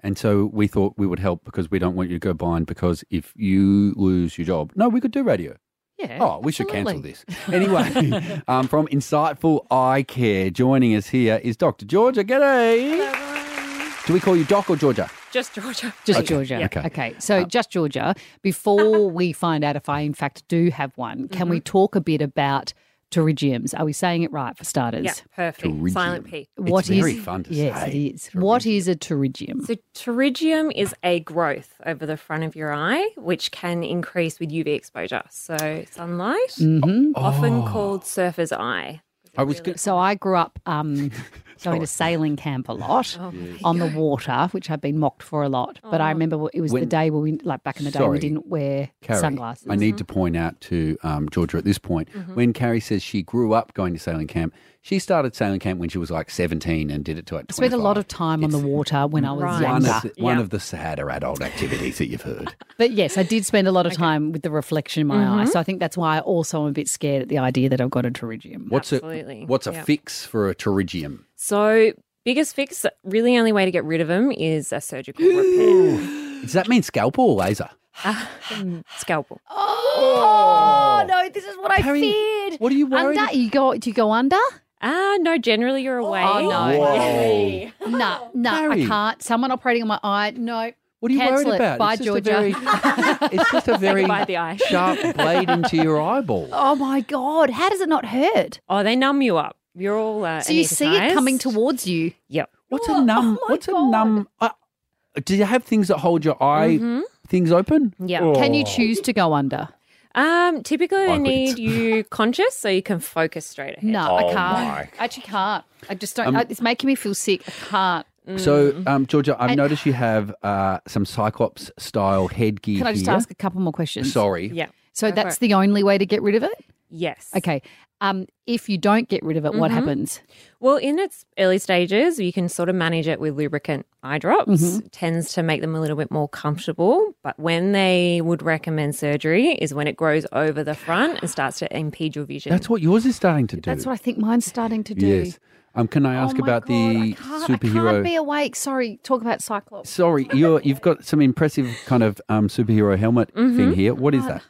S9: And so we thought we would help because we don't want you to go blind because if you lose your job, no, we could do radio.
S8: Yeah.
S9: Oh, we should cancel
S8: absolutely.
S9: this. Anyway, um, from Insightful Eye Care, joining us here is Dr. Georgia. G'day. Do we call you Doc or Georgia?
S26: Just Georgia.
S8: Just
S9: Okay,
S8: Georgia.
S9: okay. Uh,
S8: Okay. So, just Georgia, before we find out if I, in fact, do have one, can we talk a bit about pterygiums? Are we saying it right for starters?
S5: Yeah, perfect. Silent P.
S8: What is yes,
S5: say.
S8: it is. What is a pterygium?
S5: So pterygium is a growth over the front of your eye, which can increase with UV exposure. So sunlight,
S8: Mhm.
S5: often
S8: Oh.
S5: called surfer's eye.
S9: I was good.
S8: So I grew up um, going to sailing camp a lot
S3: Oh my
S8: on the water, which I've been mocked for a lot. But I remember it was the
S9: When-
S8: day where we, like back in the day,
S9: Sorry.
S8: we didn't wear
S9: Carrie,
S8: sunglasses.
S9: I need to point out to um, Georgia at this point
S8: Mhm.
S9: when Carrie says she grew up going to sailing camp, she started sailing camp when she was like 17 and did it to like
S8: I spent a
S9: 25.
S8: lot of time on the water when I was
S9: One,
S8: younger.
S9: of the, one of the sadder adult activities that you've heard.
S8: But yes, I did spend a lot of time with the reflection in my eye.
S9: Mhm.
S8: So I think that's why I also am a bit scared at the idea that I've got a pterygium.
S9: What's
S5: Absolutely.
S9: a what's a
S5: Yeah.
S9: fix for a pterygium?
S5: So, biggest fix, really only way to get rid of them is a surgical repair.
S9: Does that mean scalpel or laser?
S5: Scalpel.
S8: Oh, no, this is what I feared.
S9: What are you
S8: worried? Under, you go? Do you go under?
S5: Ah, no. Generally, you're away.
S8: Oh no,
S5: Whoa.
S8: no, no!
S9: Harry.
S8: I can't. Someone operating on my eye. No.
S9: What are you
S8: Cancel
S9: worried
S8: it.
S9: about?
S8: Bye,
S9: It's just a
S8: Georgia.
S9: very- It's just a very
S5: goodbye to the eye.
S9: sharp blade into your eyeball.
S8: oh my god! How does it not hurt?
S5: Oh, they numb you up. You're all uh,
S8: So you see it coming towards you.
S5: Yep.
S9: What's a numb? what's a numb? Uh, do you have things that hold your eye
S5: Mhm.
S9: things open?
S5: Yeah. Can
S9: Oh.
S5: you choose-
S8: Choose to go under.
S5: Um, typically, I
S9: Like
S5: need you conscious so you can focus straight ahead.
S8: No, I
S9: Oh
S8: can't.
S9: my.
S8: I actually can't. I just don't.
S9: Um,
S8: I, it's making me feel sick. I can't.
S9: So, um, Georgia, I've
S8: Mm. And-
S9: noticed you have uh, some Cyclops style headgear.
S8: Can I just
S9: here.
S8: ask a couple more questions?
S9: Sorry.
S8: So
S5: Go for
S8: that's
S5: it.
S8: the only way to get rid of it?
S5: Yes.
S8: Okay. Um, if you don't get rid of it, what
S5: Mhm.
S8: happens?
S5: Well, in its early stages, you can sort of manage it with lubricant eye drops.
S8: Mhm.
S5: Tends to make them a little bit more comfortable. But when they would recommend surgery is when it grows over the front and starts to impede your vision.
S9: That's what yours is starting to do.
S8: That's what I think mine's starting to do.
S9: Yes. Um, can I
S8: Oh
S9: ask
S8: my
S9: about the
S8: Can't- I
S9: superhero?
S8: can't be awake. Sorry, talk about Cyclops.
S9: Sorry, you're, you've got some impressive kind of um, superhero helmet thing
S8: Mm-hmm.
S5: Mhm.
S9: here. What is that?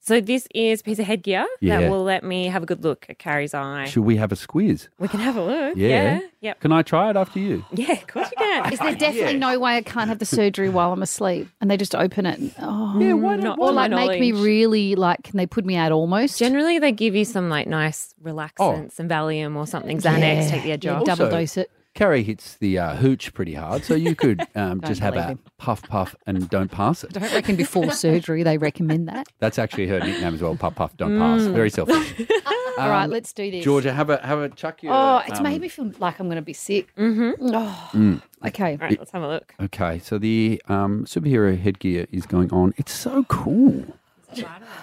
S5: So this is a piece of headgear
S9: Yeah.
S5: that will let me have a good look at Carrie's eye.
S9: Should we have a squeeze?
S5: We can have a look.
S9: Yeah.
S5: Yeah. Yep.
S9: Can I try it after you?
S5: Yeah, of course you can.
S8: Is there definitely no way I can't have the surgery while I'm asleep? And they just open it. and- Oh,
S5: Yeah, why not? Not
S8: Or
S5: to my
S8: like make me
S5: knowledge.
S8: really like? Can they put me out almost?
S5: Generally, they give you some like nice relaxants, some Valium or something, Xanax,
S8: Yeah.
S5: take the edge
S8: Yeah,
S5: off.
S8: double dose it.
S9: Carrie hits the uh, hooch pretty hard, so you could um,
S8: Don't
S9: just have
S8: believe
S9: a
S8: him.
S9: puff puff and don't pass it.
S8: I don't reckon before surgery they recommend that.
S9: That's actually her nickname as well. Puff puff, don't pass.
S8: Mm.
S9: Very selfish.
S8: All right,
S9: Um,
S8: let's do this.
S9: Georgia, have a have a chuck your.
S8: Oh, it's
S9: um,
S8: made me feel like I'm going to be sick. Mm-hmm. Oh,
S9: Mm.
S8: okay. All
S9: right, let's
S5: have a look.
S9: Okay, so the um, superhero headgear is going on. It's so cool.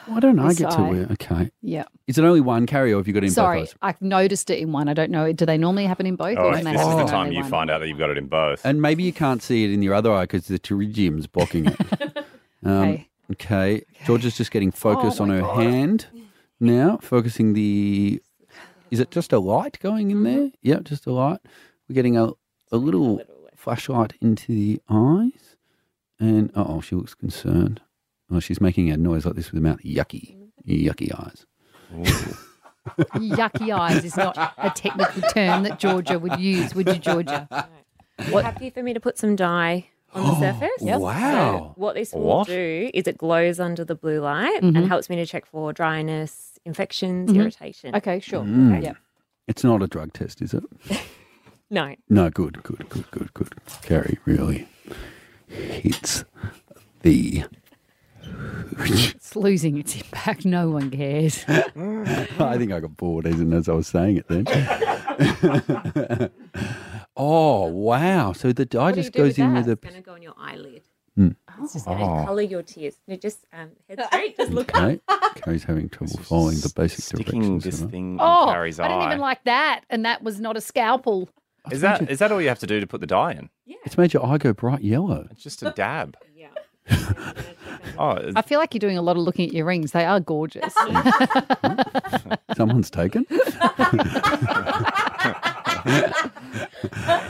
S9: Why don't I
S8: This
S9: get to
S8: eye.
S9: wear? Okay.
S8: Yeah.
S9: Is it only one carry, or have you got it in
S8: Sorry,
S9: both eyes?
S8: I've noticed it in one. I don't know. Do they normally happen in both?
S9: Oh,
S8: or
S9: if
S8: when they
S9: this is
S8: happen
S9: the
S8: in
S9: time
S8: only
S9: you
S8: one?
S7: Find out that you've got it in both.
S9: And maybe you can't see it in your other eye because the pterygium's blocking it. um, okay.
S8: Okay.
S9: Georgia's just getting focus
S8: Oh
S9: on
S8: my
S9: her hand now, focusing the. Is it just a light going in there?
S8: Mm-hmm.
S9: Yep, just a light. We're getting a, a little flashlight into the eyes. And oh, she looks concerned. Oh, she's making a noise like this with her mouth. Yucky,
S8: Mm-hmm.
S9: yucky eyes.
S8: Yucky eyes is not a technical term that Georgia would use, would you, Georgia?
S5: What? Happy for me to put some dye on the surface.
S8: Yep.
S5: So
S8: wow.
S5: what this will
S8: What?
S5: do is it glows under the blue light and
S9: Mhm.
S5: helps me to check for dryness, infections,
S8: Mhm.
S5: irritation.
S8: Okay, sure.
S9: Mm. It's not a drug test, is it?
S5: No.
S9: No, good, good, good, good, good. Carrie really hits the.
S8: It's losing its impact. No one cares.
S9: I think I got bored even as I was saying it then. oh wow! So the dye
S5: do you
S9: just
S5: do
S9: goes
S5: with
S9: in
S5: that?
S9: with a.
S5: It's gonna go on your eyelid.
S9: Hmm.
S5: It's just going to
S9: Oh.
S5: colour your tears. No, just um, head straight. Just look
S9: Okay,
S5: up.
S9: Carrie's having trouble following the basic directions. This thing
S8: Oh, I didn't even like that. And that was not a scalpel.
S7: Is that is that all you have to do to put the dye in?
S9: It's made your eye go bright yellow.
S7: It's
S8: Uh,
S7: just a dab. Yeah. oh,
S8: I feel like you're doing a lot of looking at your rings. They are gorgeous.
S9: Someone's taken.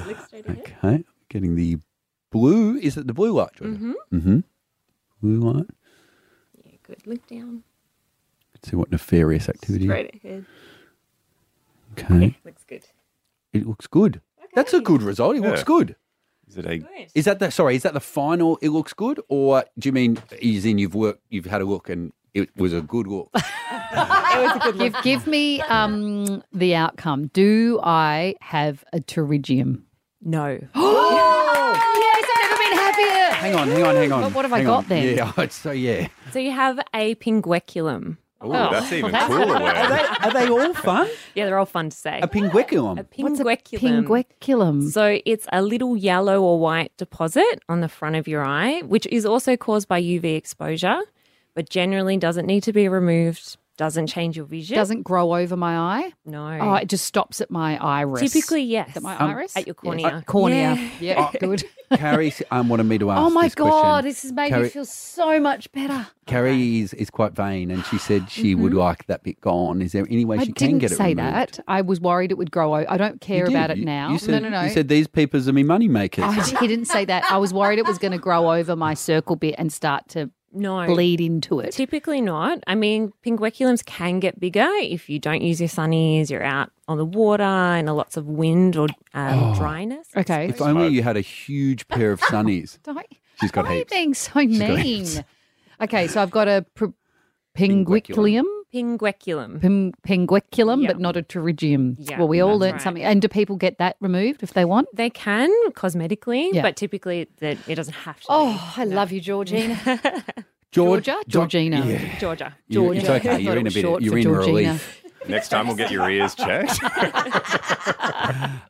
S8: Look straight
S9: okay, getting the blue. Is it the blue light?
S5: Mm-hmm.
S9: Mm-hmm. Blue light.
S5: Good. Look down.
S9: Let's see what nefarious activity.
S5: Straight ahead.
S9: Okay.
S5: Looks good.
S9: It looks good. That's a good result. It looks
S7: Yeah.
S9: good.
S7: is it a
S9: Is that the sorry? Is that the final? It looks good, or do you mean is in you've worked, you've had a look, and it was a good look?
S8: give, give me um, the outcome. Do I have a pterygium?
S5: No.
S8: yes, I've never been happier.
S9: Hang on, hang on, hang on.
S5: But what have I
S9: hang on.
S5: got then?
S9: Yeah, so yeah.
S5: So you have a pingueculum.
S7: Ooh,
S8: Oh.
S7: that's even cooler
S9: Are
S7: word.
S9: they, are they all fun?
S5: Oh. Yeah, they're all fun to say.
S9: A pingueculum.
S5: Pingueculum.
S8: pingueculum?
S5: So it's a little yellow or white deposit on the front of your eye, which is also caused by UV exposure, but generally doesn't need to be removed, doesn't change your vision.
S8: Doesn't grow over my eye.
S5: No.
S8: Oh, it just stops at my iris.
S5: Typically, yes.
S8: At my
S5: Um,
S8: iris?
S5: At your
S8: Yes.
S5: cornea.
S8: Uh, cornea.
S5: Yeah.
S8: Yeah,
S9: Oh.
S8: good.
S9: Carrie um, wanted me to ask.
S8: oh my
S9: this question.
S8: god, this has made me
S9: Carrie-
S8: feel so much better.
S9: Carrie is, is quite vain, and she said she would like that bit gone. Is there any way
S8: Mm-hmm. I
S9: she
S8: didn't
S9: can get it
S8: say
S9: removed?
S8: that. I was worried it would grow. o- I don't
S9: You
S8: care
S9: did.
S8: about it
S9: You-
S8: now.
S9: You said,
S8: no, no, no.
S9: You said these papers are me money makers.
S8: I d- he didn't say that. I was worried it was going to grow over my circle bit and start to
S5: no.
S8: bleed into it.
S5: Typically not. I mean, pingueculums can get bigger if you don't use your sunnies, you're out on the water and lots of wind or um,
S9: Oh.
S5: dryness.
S8: Okay.
S9: If only you had a huge pair of sunnies.
S8: Don't-
S9: She's got
S8: Why are you
S9: heaps.
S8: being so
S9: got
S8: mean?
S9: heaps.
S8: Okay, so I've got a pr- pinguiculum.
S5: Pingueculum.
S8: Pin- pinguiculum, but not a pterygium.
S5: Yeah,
S8: well, we all
S5: that's
S8: learnt
S5: right.
S8: something. And do people get that removed if they want?
S5: They can cosmetically,
S8: Yeah.
S5: but typically that it doesn't have to.
S8: Oh, I love you, Georgina.
S9: George-
S8: Georgia?
S9: Georg-
S8: Georgina.
S9: Yeah.
S5: Georgia.
S9: You- it's
S8: Georgia.
S9: okay.
S8: I thought
S9: You're
S8: it
S9: in a
S8: was
S9: bit.
S8: short
S9: You're
S8: for
S9: in
S8: Georgina.
S9: relief.
S7: Next time we'll get your ears checked.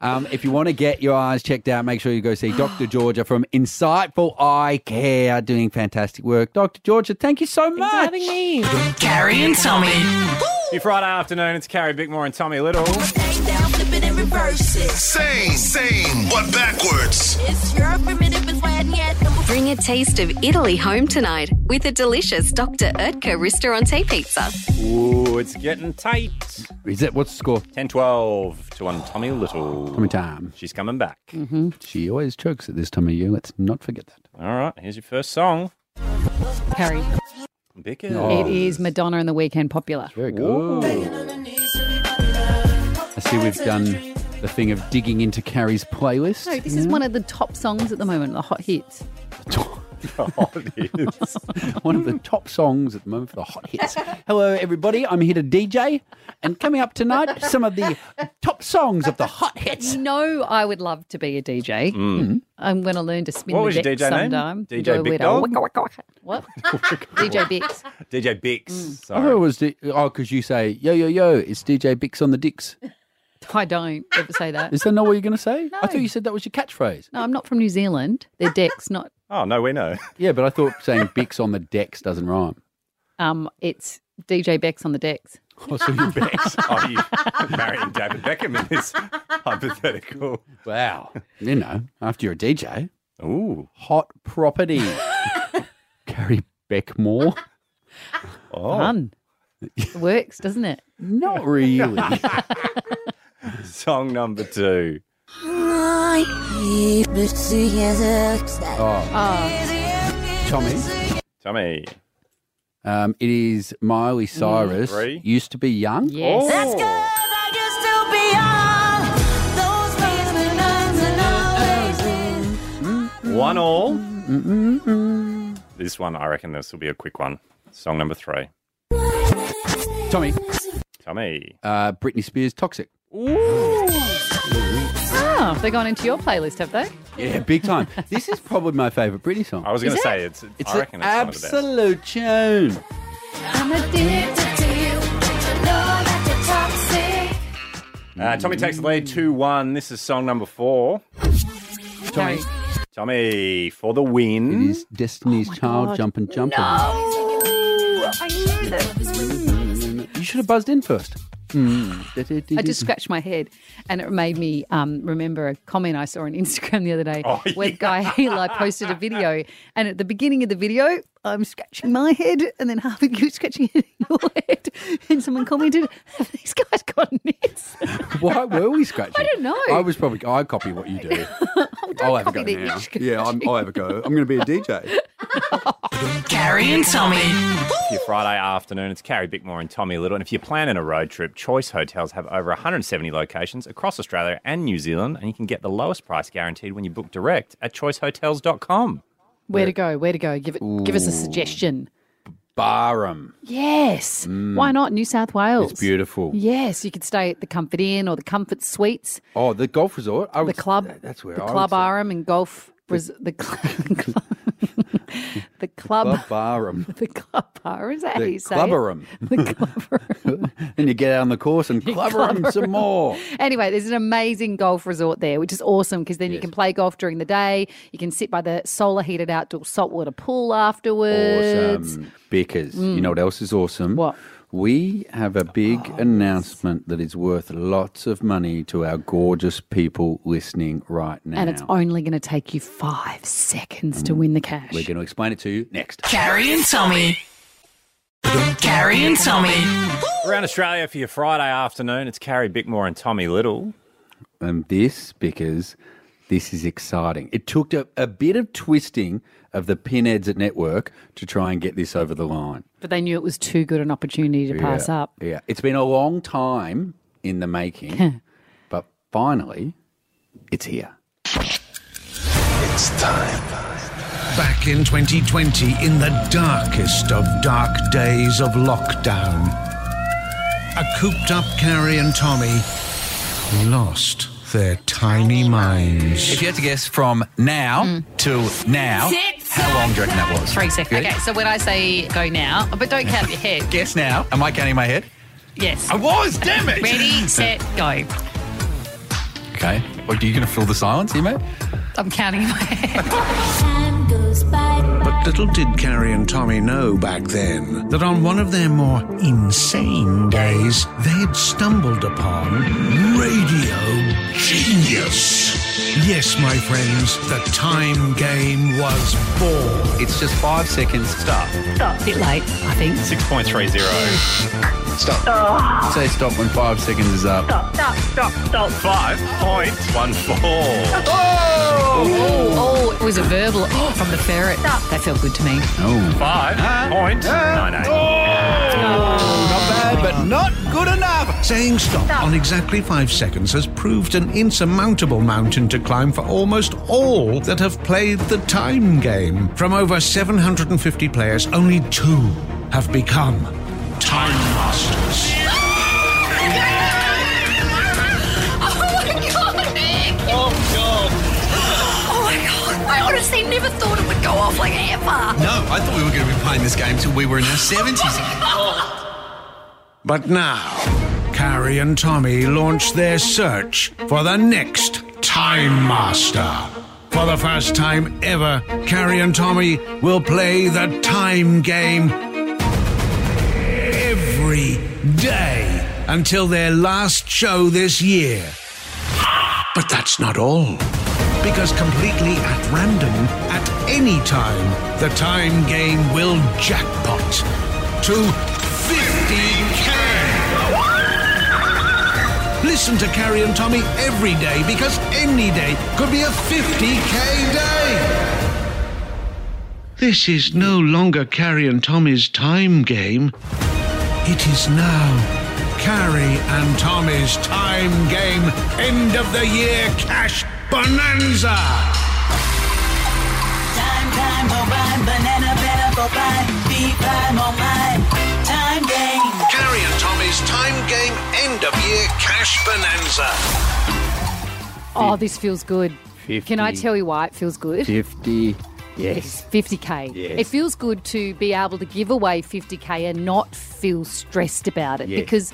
S9: Um, if you want to get your eyes checked out, make sure you go see Dr. Georgia from Insightful Eye Care, doing fantastic work. Dr. Georgia, thank you so much.
S5: having me.
S6: Carrie and Tommy.
S7: Your Friday afternoon, it's Carrie Bickmore and Tommy Little.
S3: Same,
S23: same, but backwards.
S3: It's your primitive is when yet number
S2: Bring a taste of Italy home tonight with a delicious Dr. Ertke Ristorante pizza.
S7: Ooh, it's getting tight.
S9: Is it? What's the score?
S7: 10 12 to one Tommy Little.
S9: Tommy time.
S7: She's coming back.
S9: Mm-hmm. She always chokes at this time of year. Let's not forget that.
S7: All right, here's your first song.
S8: Harry.
S7: Bickers.
S8: It is Madonna and the Weekend Popular.
S9: Oh. Very I see we've done the thing of digging into Carrie's playlist.
S8: No, this is one of the top songs at the moment, the hot hits.
S9: one of the top songs at the moment for the hot hits. Hello, everybody. I'm here to DJ, and coming up tonight, some of the top songs of the hot hits.
S8: You know, I would love to be a DJ.
S9: Mm.
S8: I'm going to learn to spin
S7: What
S8: the
S7: was your
S8: decks
S7: DJ name?
S8: sometime.
S7: DJ
S8: Go
S7: Big
S8: with a
S7: Dog?
S8: wicka, wicka, wicka. What? DJ Bix.
S7: DJ Bix.
S9: I
S7: Sorry.
S9: thought it was D- Mm. oh, because you say yo yo yo. It's DJ Bix on the dicks.
S8: I don't ever say that.
S9: Is that not what you're going to say? I thought you said that was your catchphrase.
S8: No, I'm not from New Zealand. They're decks, not.
S7: Oh no, we know.
S9: Yeah, but I thought saying Bix on the decks doesn't rhyme.
S8: Um, it's DJ Bex on the decks.
S9: Oh, so you Bex.
S7: oh, you marrying David Beckham in this hypothetical.
S9: Wow. You know, after you're a DJ.
S7: Ooh.
S9: Hot property. Carrie Beckmore.
S7: Oh.
S8: Fun. It works, doesn't it?
S9: Not really.
S7: Song number two.
S9: Oh. Tommy.
S7: Tommy.
S9: Um, it is
S8: Mm.
S9: Miley Cyrus.
S7: Three. Oh.
S9: Used to be young.
S3: Yes. That's good. I used to be on those basement nuns and always did.
S7: One all. This one, I reckon this will be a quick one. Song number three.
S9: Tommy.
S7: Tommy.
S9: Uh, Britney Spears, Toxic.
S8: Oh, they're going into your playlist, have they?
S9: Yeah, big time. this is probably my favourite Britney song. I
S7: was
S8: gonna Is it? say,
S7: it's-
S9: it's
S7: I reckon
S9: an
S7: it's one of the best.
S9: absolute tune.
S8: I'm addicted
S3: to you. Don't you know that you're toxic?
S7: Uh, Tommy takes the lead 2 1. This is song number four.
S9: Tommy.
S7: Tommy for the
S9: It
S7: win.
S9: is
S8: Oh
S9: Destiny's Child,
S7: God.
S9: Jumpin' Jumpin'.
S8: I knew this.
S9: You should have buzzed in first. Hmm.
S8: I just scratched my head, and it made me um, remember a comment I saw on Instagram the other day
S3: Oh,
S8: where Guy Eli posted a video, and at the beginning of the video, I'm scratching my head, and then half of you scratching your head, and someone commented, "Have these guys got nits?"
S9: Why were we scratching?
S8: I don't know.
S9: I was probably. I copy what you do. I'll have a go
S8: copy the
S9: now. Yeah, I'm, I'll have a go. I'm going to be a DJ.
S6: Carrie and Tommy.
S7: Your Friday afternoon, it's Carrie Bickmore and Tommy Little. And if you're planning a road trip, Choice Hotels have over 170 locations across Australia and New Zealand, and you can get the lowest price guaranteed when you book direct at choicehotels.com.
S8: Where to go? Where to go? Give it. Give us a suggestion.
S9: Barham.
S8: Yes.
S9: Mm.
S8: Why not New South Wales?
S9: It's beautiful.
S8: Yes, you could stay at the Comfort Inn or the Comfort Suites,
S9: Oh, the golf resort. I
S8: the
S9: would-
S8: club.
S9: That's where
S8: the
S9: I would
S8: club
S9: say-
S8: Aram and golf. Braz- the cl- club. The club.
S9: Clubbarum.
S8: The club bar, is that how
S9: The
S8: you say
S9: clubberum.
S8: The
S9: clubberum. and you get out on the course and clubberum some more.
S8: it? Anyway, there's an amazing golf resort there, which is awesome because then you can play golf during the day. You can sit by the solar heated outdoor saltwater pool afterwards.
S9: Awesome. Bickers. You
S8: Mm.
S9: know what else is awesome? What? We have a big announcement that is worth lots of money to our gorgeous people listening right now. Mm.
S8: And it's only going to take you five seconds to win the cash.
S9: We're going to explain it to you next.
S6: Carrie and Tommy. Carrie and Tommy.
S7: Around Australia for your Friday afternoon, it's Carrie Bickmore and Tommy Little.
S9: And this, because this is exciting. It took a, a bit of twisting of the pinheads at Network to try and get this over the line.
S8: But they knew it was too good an opportunity to pass
S9: Yeah,
S8: up.
S9: Yeah. It's been a long time in the making, but finally, it's here.
S6: It's time. Back in 2020, in the darkest of dark days of lockdown, a cooped up Carrie and Tommy lost their tiny minds.
S9: If you had to guess from now
S8: Hmm.
S9: till now,
S8: Six
S9: how long do you reckon that was?
S8: Three seconds.
S9: Good?
S8: Okay, so when I say go now, but don't count your head.
S9: Guess now. Am I counting my head?
S8: Yes.
S21: Oh,
S9: I was, damn it!
S8: Ready, set, go.
S9: Okay. What, are you going to fill the silence here, mate?
S8: I'm counting my
S3: Time goes by.
S6: But little did Carrie and Tommy know back then that on one of their more insane days, they'd stumbled upon radio genius. Yes, my friends, the time game was born.
S9: It's just five seconds. Stop.
S8: Stop. Bit late, I think.
S9: 6.30. Stop. Say stop when five seconds is up.
S8: Stop, stop, stop.
S7: Five point one four.
S8: Oh, oh, it was a verbal from the ferret. That felt good to me.
S9: Oh.
S7: Five point nine eight.
S6: Not bad, but
S9: not good enough.
S6: Saying stop, on exactly five seconds has proved an insurmountable mountain to climb for almost all that have played the time game. From over 750 players, only two have become time masters.
S3: Oh my god, Nick! Oh god! Oh my god! I honestly never thought it would go off like ever.
S6: No, I thought we were going to be playing this game till we were in our 70s. But now, Carrie and Tommy launch their search for the next Time Master. For the first time ever, Carrie and Tommy will play the time game every day until their last show this year. But that's not all. Because completely at random, at any time, the time game will jackpot to 50k. Listen to Carrie and Tommy every day because any day could be a 50k day. This is no longer Carrie and Tommy's time game. It is now Carrie and Tommy's time game end of the year cash bonanza.
S3: Time, time, oh rhyme, banana, banana, oh rhyme, be rhyme, oh mine. Time game.
S6: Carrie and Tommy's time game end of year cash bonanza.
S8: Oh, this feels good.
S9: 50.
S8: Can I tell you why it feels good?
S9: 50.
S8: It's
S9: Yes.
S8: 50k.
S9: Yes.
S8: It feels good to be able to give away 50k and not feel stressed about it
S9: Yes.
S8: because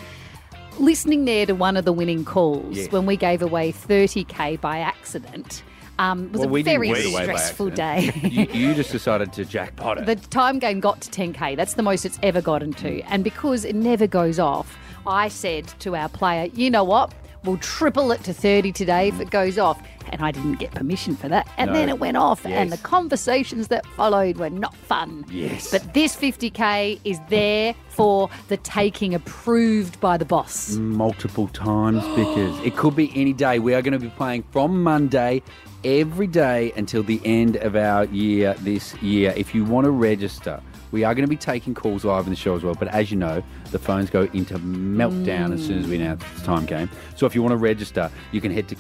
S8: listening there to one of the winning calls
S9: Yes.
S8: when we gave away 30k by accident um, was
S9: Well,
S8: a
S9: we didn't
S8: very
S9: give it away by
S8: stressful day.
S9: accident. you, you just decided to jackpot it.
S8: The time game got to 10k. That's the most it's ever gotten
S9: Mm.
S8: to. And because it never goes off, I said to our player, you know what? We'll triple it to 30 today if it goes off. And I didn't get permission for that. And
S9: No.
S8: then it went off. And the
S9: Yes.
S8: conversations that followed were not fun.
S9: Yes.
S8: But this 50k is there for the taking, approved by the boss.
S9: Mm. multiple times because it could be any day. We are going to be playing from Monday every day until the end of our year this year. If you want to register, we are going to be taking calls live in the show as well. But as you know, the phones go into meltdown as soon as we announce it's time game. So if you want to register, you can head to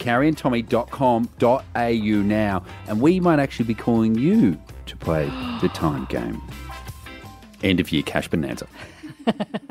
S9: carrieandtommy.com.au now. And we might actually be calling you to play the time game. End of year cash bonanza.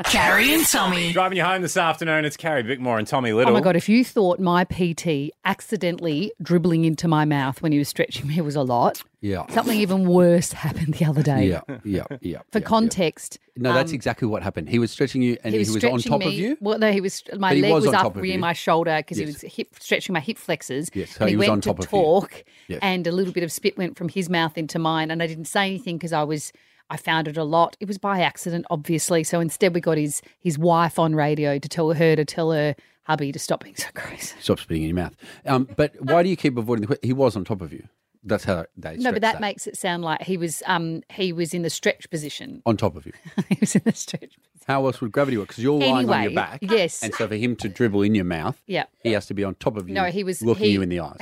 S7: Carrie and Tommy. Driving you home this afternoon, it's Carrie Bickmore and Tommy Little.
S8: Oh my god! If you thought my PT accidentally dribbling into my mouth when he was stretching me was a lot,
S9: Yeah.
S8: something even worse happened the other day.
S9: Yeah, yeah, yeah.
S8: For
S9: yeah.
S8: context,
S9: No, that's
S8: um,
S9: exactly what happened. He was stretching you and he was, on
S8: stretching
S9: top
S8: me.
S9: of you.
S8: Well, no, he was. My
S9: But he
S8: leg
S9: was on
S8: was, up
S9: top of
S8: near
S9: you.
S8: my shoulder because he
S9: Yes.
S8: was hip, stretching my hip flexors.
S9: Yes, so
S8: and
S9: he was
S8: went
S9: on
S8: to
S9: top of you.
S8: talk,
S9: Yes.
S8: and a little bit of spit went from his mouth into mine, and I didn't say anything because I was. I found it a lot. It was by accident, obviously. So instead, we got his his wife on radio to tell her to tell her hubby to stop being so gross.
S9: Stop spitting in your mouth. Um, but why do you keep avoiding the question? He was on top of you. That's how they
S8: No,
S9: stretch
S8: but that, makes it sound like he was um he was in the stretch position.
S9: on top of you.
S8: he was in the stretch.
S9: How else would gravity work? Because you're lying on your
S8: Anyway,
S9: back.
S8: yes.
S9: And so for him to dribble in your mouth,
S8: Yeah.
S9: he has to be on top of you.
S8: No, he was-
S9: looking
S8: he-
S9: you in the eyes.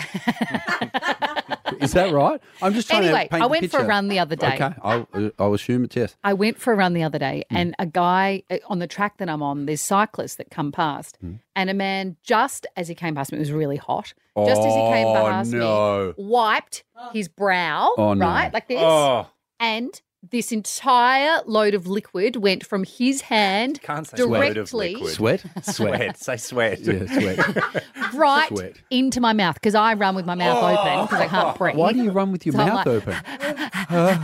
S9: Is that right? I'm just trying
S8: Anyway,
S9: to paint
S8: I
S9: the
S8: went for a
S9: picture.
S8: run the other day.
S9: Okay, Hmm. I'll, I'll assume it's yes.
S8: I went for a run the other day, and a guy uh, on the track that I'm on, there's cyclists that come past,
S9: Hmm.
S8: and a man just as he came past me, it was really hot. Just as he came
S9: Oh,
S8: past
S9: no.
S8: me, wiped his brow,
S9: Oh, no.
S8: right, like this,
S9: Oh.
S8: and this entire load of liquid went from his hand
S7: Can't say
S8: directly
S9: Sweat?
S7: Sweat. Say sweat.
S9: Yeah, sweat.
S8: right
S9: Sweat.
S8: into my mouth because I run with my mouth open because I can't breathe.
S9: Why do you run with your
S8: So I'm
S9: mouth
S8: like-
S9: open? Uh,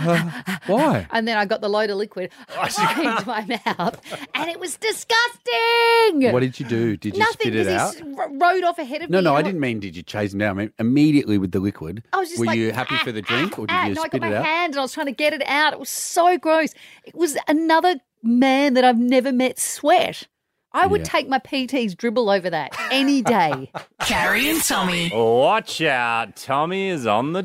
S9: uh, why?
S8: and then I got the load of liquid into my mouth, and it was disgusting.
S9: What did you do? Did you
S8: Nothing
S9: spit it out?
S8: because he s- r- rode off ahead of
S9: No,
S8: me.
S9: no,
S8: and
S9: I didn't mean did you chase him down. I mean, immediately with the liquid.
S8: I was just
S9: were
S8: like,
S9: you happy for the drink or did
S8: Ah,
S9: you
S8: no, I
S9: spit
S8: got my
S9: it out?
S8: hand and I was trying to get it out. It was so gross. It was another man that I've never met sweat. I would
S7: Yeah.
S8: take my PT's dribble over that any day.
S7: Carrie and Tommy. Watch out. Tommy is on the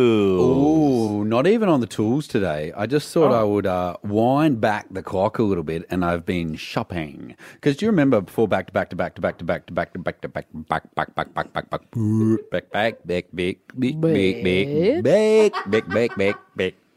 S7: tools.
S9: Ooh, not even on the tools today. I just thought
S8: Oh.
S9: I would uh, wind back the clock a little bit, and I've been shopping. Because do you remember before back to back to back to back to back to back to back to back back back back back back back back back back back back back back back back back back back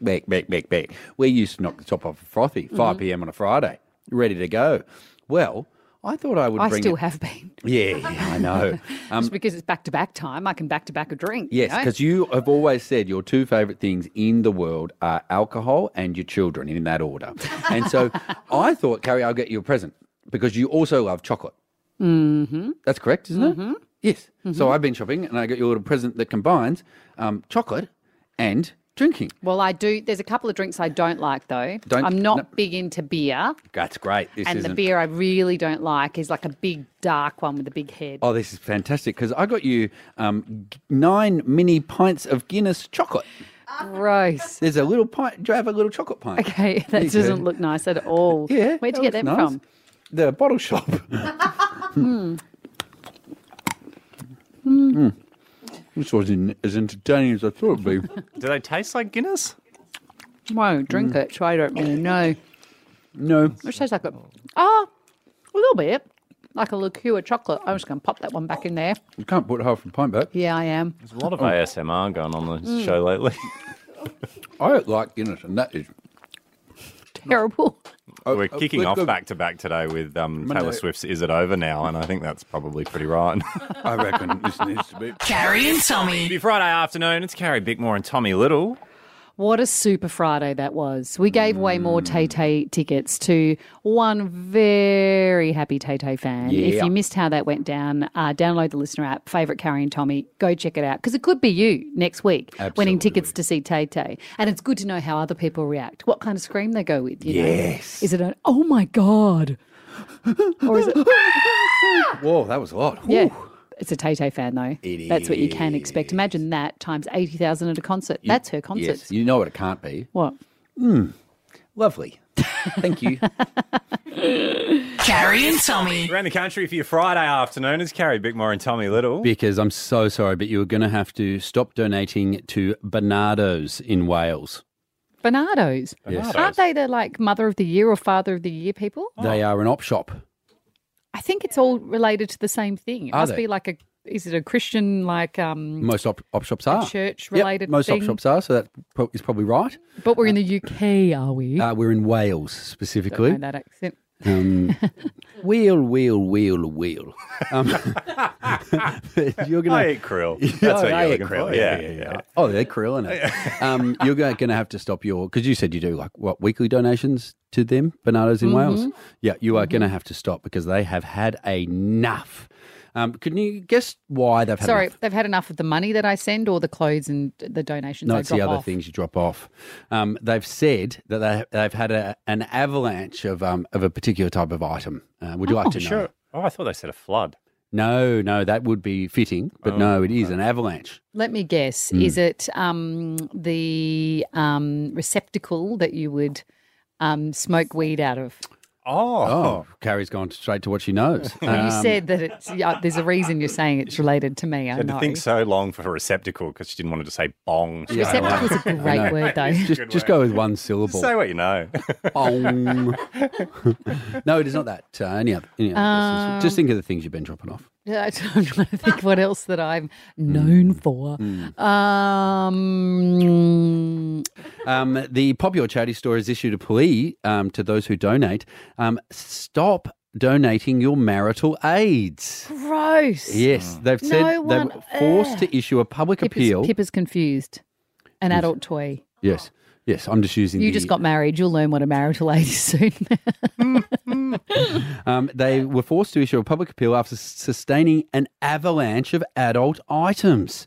S9: back back back back. We used to knock the top off a frothy,
S8: Mm-hmm.
S9: five p.m. on a Friday, ready to go. Well, I thought I would.
S8: I
S9: bring
S8: still
S9: it-
S8: have been.
S9: Yeah, yeah, I know. Um,
S8: Just because it's back to back time, I can back to back a drink.
S9: Yes,
S8: you know?
S9: because you have always said your two favourite things in the world are alcohol and your children in that order. and so I thought, Carrie, I'll get you a present because you also love chocolate.
S8: Mm-hmm.
S9: That's correct, isn't it? Yes. So I've been shopping and I got you a little present that combines um, chocolate and drinking.
S8: Well, I do. There's a couple of drinks I don't like though.
S9: Don't-
S8: I'm not
S9: no.
S8: big into beer,
S9: That's great. This
S8: and the
S9: isn't-
S8: beer I really don't like is like a big dark one with a big head.
S9: Oh, this is fantastic because I got you um, g- nine mini pints of Guinness chocolate.
S8: Gross.
S9: There's a little pint. Do you have a little chocolate pint?
S8: Okay,
S9: There
S8: that
S9: you go.
S8: doesn't look nice at all. Yeah, where'd you get
S9: That
S8: them
S9: looks
S8: from?
S9: nice. The bottle shop.
S8: Hmm.
S9: Mm. This wasn't as entertaining as I thought it'd be.
S7: Do they taste like Guinness?
S8: Won't drink Mm. it, so I don't really know.
S9: No.
S8: It tastes like a ah, a little bit like a liqueur chocolate. I'm just going to pop that one back in there.
S9: You can't put half a pint back.
S8: Yeah, I am.
S7: There's a lot
S9: Oh.
S7: of ASMR going on the
S8: Mm.
S7: show lately.
S9: I don't like Guinness, and that is
S8: Terrible.
S7: We're
S9: oh,
S7: kicking
S9: we've
S7: off
S9: got-
S7: back to back today with um,
S9: Monday.
S7: Taylor Swift's "Is It Over Now," and I think that's probably pretty right.
S9: I reckon this needs to be
S7: Carrie and Tommy. Be Friday afternoon. It's Carrie Bickmore and Tommy Little.
S8: What a super Friday that was. We gave away more
S9: Mm.
S8: Tay Tay tickets to one very happy Tay Tay fan. If
S4: Yeah.
S8: you missed how that went down, uh, download the listener app, favourite Carrie and Tommy. Go check it out because it could be you next week winning tickets to see Tay Tay. And it's good to know how other people react, what kind of scream they go with. You know?
S9: Yes.
S8: Is it an, oh my God? or is it.
S9: Whoa, that was a lot.
S8: Yeah.
S9: Whew.
S8: It's a Tay Tay fan, though.
S9: It
S8: That's what you can expect. Imagine that times 80,000 at a concert.
S9: You-
S8: That's her concert.
S9: Yes, you know what it can't be.
S8: What?
S9: Mm, lovely. Thank you.
S7: Carrie and Tommy. Around the country for your Friday afternoon. It's Carrie Bickmore and Tommy Little.
S9: Because I'm so sorry, but you are going to have to stop donating to Bernardo's in Wales.
S8: Bernardo's.
S9: Yes.
S8: Aren't they the like mother of the year or father of the year people?
S9: They are an op shop.
S8: I think it's all related to the same thing. It
S9: Are
S8: must
S9: they?
S8: be like a is it a Christian like um
S9: Most op, op shops
S8: a
S9: are.
S8: church
S9: Yep,
S8: related
S9: most
S8: thing?
S9: op shops are, so that pro- is probably right.
S8: But we're in the UK, are we?
S9: Uh, we're Uh, in Wales specifically.
S8: Don't know that accent.
S9: Um, wheel, wheel, wheel, wheel. Um, but you're gonna.
S7: I eat krill.
S9: Yeah,
S7: That's what
S9: I
S7: you're
S9: eat
S7: looking for. Yeah, yeah.
S9: Oh, they're krill in it. um, you're going to have to stop your because you said you do like what weekly donations to them, Bananas in Wales.
S4: Mhm.
S9: Yeah, you are going to have to stop because they have had enough. Um, can you guess why they've had?
S8: Sorry,
S9: enough?
S8: they've had enough of the money that I send or the clothes and the donations
S9: No,
S8: I
S9: it's
S8: drop
S9: the other
S8: off.
S9: things you drop off. Um, they've said that they, they've had a, an avalanche of um, of a particular type of item. Uh, would you like to know?
S7: Sure. Oh, I thought they said a flood.
S9: No, no, that would be fitting, but no, it is an avalanche.
S8: Let me guess.
S9: Mm.
S8: Is it um, the um, receptacle that you would um, smoke weed out of?
S9: Oh, Carrie's gone straight to what she knows.
S8: Well, you
S9: Um,
S8: said that it's. Yeah, there's a reason you're saying it's related to me.
S7: She
S8: I
S7: had
S8: know.
S7: to think so long for a receptacle because she didn't want to just say bong.
S8: Yeah, I know. Receptacle's a great
S9: I know.
S8: word, though.
S9: Just, just go with one syllable.
S7: Say what you know.
S9: Bong. no, it is not that. Uh, any other, any other
S8: Um,
S9: business. Just think of the things you've been dropping off.
S8: Yeah, I don't- I'm trying to think what else that I'm
S9: Hmm.
S8: known for. Um,
S9: Um, the popular charity store has issued a plea um, to those who donate um, stop donating your marital aids.
S8: gross.
S9: Yes, they've said
S8: Mm. No
S9: they
S8: one- eh.
S9: were forced
S8: Ugh.
S9: to issue a public
S8: Pip is-
S9: appeal.
S8: Pip is confused. An
S9: Yes.
S8: adult toy.
S9: Yes, yes, I'm just using
S8: You
S9: the-
S8: just got married. You'll learn what a marital aid is soon.
S9: Um, they were forced to issue a public appeal after s- sustaining an avalanche of adult items.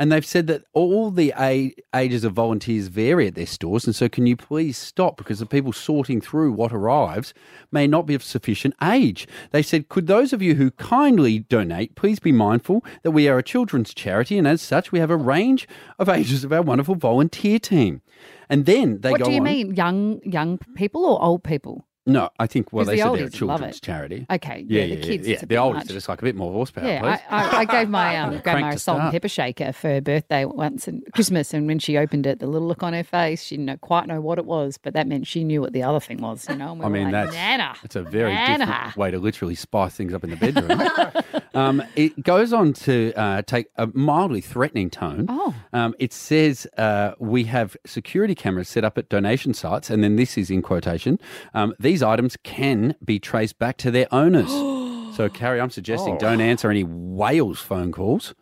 S9: And they've said that all the a- ages of volunteers vary at their stores. And so, can you please stop? Because the people sorting through what arrives may not be of sufficient age. They said, Could those of you who kindly donate please be mindful that we are a children's charity. And as such, we have a range of ages of our wonderful volunteer team. And then they
S8: what
S9: go
S8: do you
S9: on-
S8: mean, young young people or old people?
S9: No, I think, well,
S8: 'Cause
S9: they
S8: the
S9: said they're a
S8: oldies love
S9: children's
S8: it.
S9: charity.
S8: Okay,
S9: Yeah,
S8: yeah,
S9: yeah,
S8: the kids,
S9: yeah.
S8: it's a
S9: the
S8: bit
S9: oldies,
S8: much.
S9: are just like a bit more horsepower,
S8: Yeah,
S9: please.
S8: I, I, I gave my um, grandma
S9: Crank
S8: a
S9: the
S8: salt and
S9: start.
S8: pepper shaker for her birthday once and Christmas, and when she opened it, the little look on her face, she didn't know, quite know what it was, but that meant she knew what the other thing was, you know. And we
S9: I
S8: were
S9: mean,
S8: like,
S9: that's
S8: Nana,
S9: it's a very
S8: Nana.
S9: different way to literally spice things up in the bedroom. um, it goes on to uh, take a mildly threatening tone.
S8: Oh.
S9: Um, it says uh, we have security cameras set up at donation sites, and then this is in quotation. Um, These items can be traced back to their owners. so, Carrie, I'm suggesting
S8: Oh.
S9: don't answer any whales phone calls.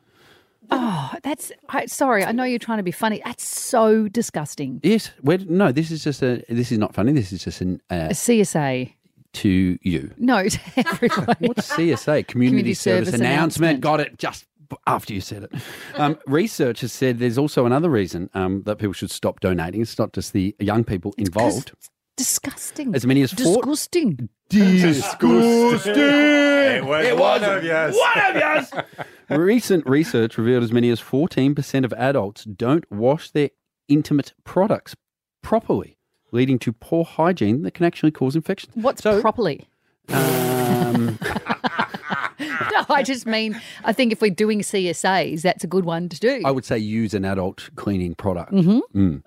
S8: Oh, that's I, sorry. I know you're trying to be funny. That's so disgusting.
S9: Yes, we're, no, this is just a. This is not funny. This is just an
S8: A
S9: uh,
S8: CSA.
S9: to you.
S8: No, to everyone.
S9: What's CSA? Community,
S8: Community
S9: Service,
S8: Service
S9: announcement. Got it just b- after you said it. Um, research has said there's also another reason um, that people should stop donating. It's not just the young people involved.
S8: disgusting.
S9: As many as four-
S8: disgusting.
S7: It was,
S9: It
S7: one
S9: wasn't
S7: of yours.
S9: one of yours. Recent research revealed as many as 14% of adults don't wash their intimate products properly, leading to poor hygiene that can actually cause infections.
S8: What's properly?
S9: Um,
S8: No, I just mean I think if we're doing CSAs, that's a good one to do.
S9: I would say use an adult cleaning product.
S8: Mhm.
S9: Mm.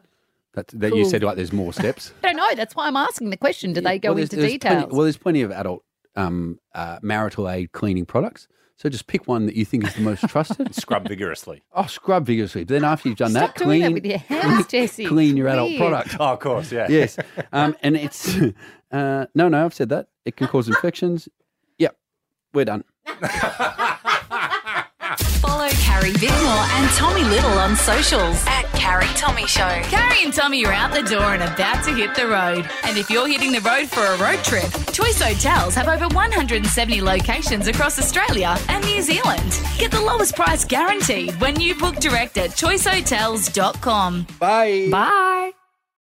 S9: That, that you
S8: Cool.
S9: said like there's more steps.
S8: I don't know. That's why I'm asking the question. Do they go
S9: Well, there's-
S8: into
S9: there's
S8: details?
S9: Plenty, well, there's plenty of adult um, uh, marital aid cleaning products. So just pick one that you think is the most trusted.
S7: Scrub vigorously.
S9: Oh, scrub vigorously. But then after you've done
S8: Stop
S9: that, clean
S8: doing that with your hands, Jesse.
S9: clean your adult
S8: Weird.
S9: product.
S7: Oh, of course, yeah.
S9: yes. Um, and it's uh, no, no. I've said that it can cause infections. Yep, we're done.
S10: Follow Carrie Bickmore and Tommy Little on socials at Carrie Tommy Show. Carrie and Tommy are out the door and about to hit the road. And if you're hitting the road for a road trip, Choice Hotels have over 170 locations across Australia and New Zealand. Get the lowest price guaranteed when you book direct at choicehotels.com.
S9: Bye.
S10: Bye.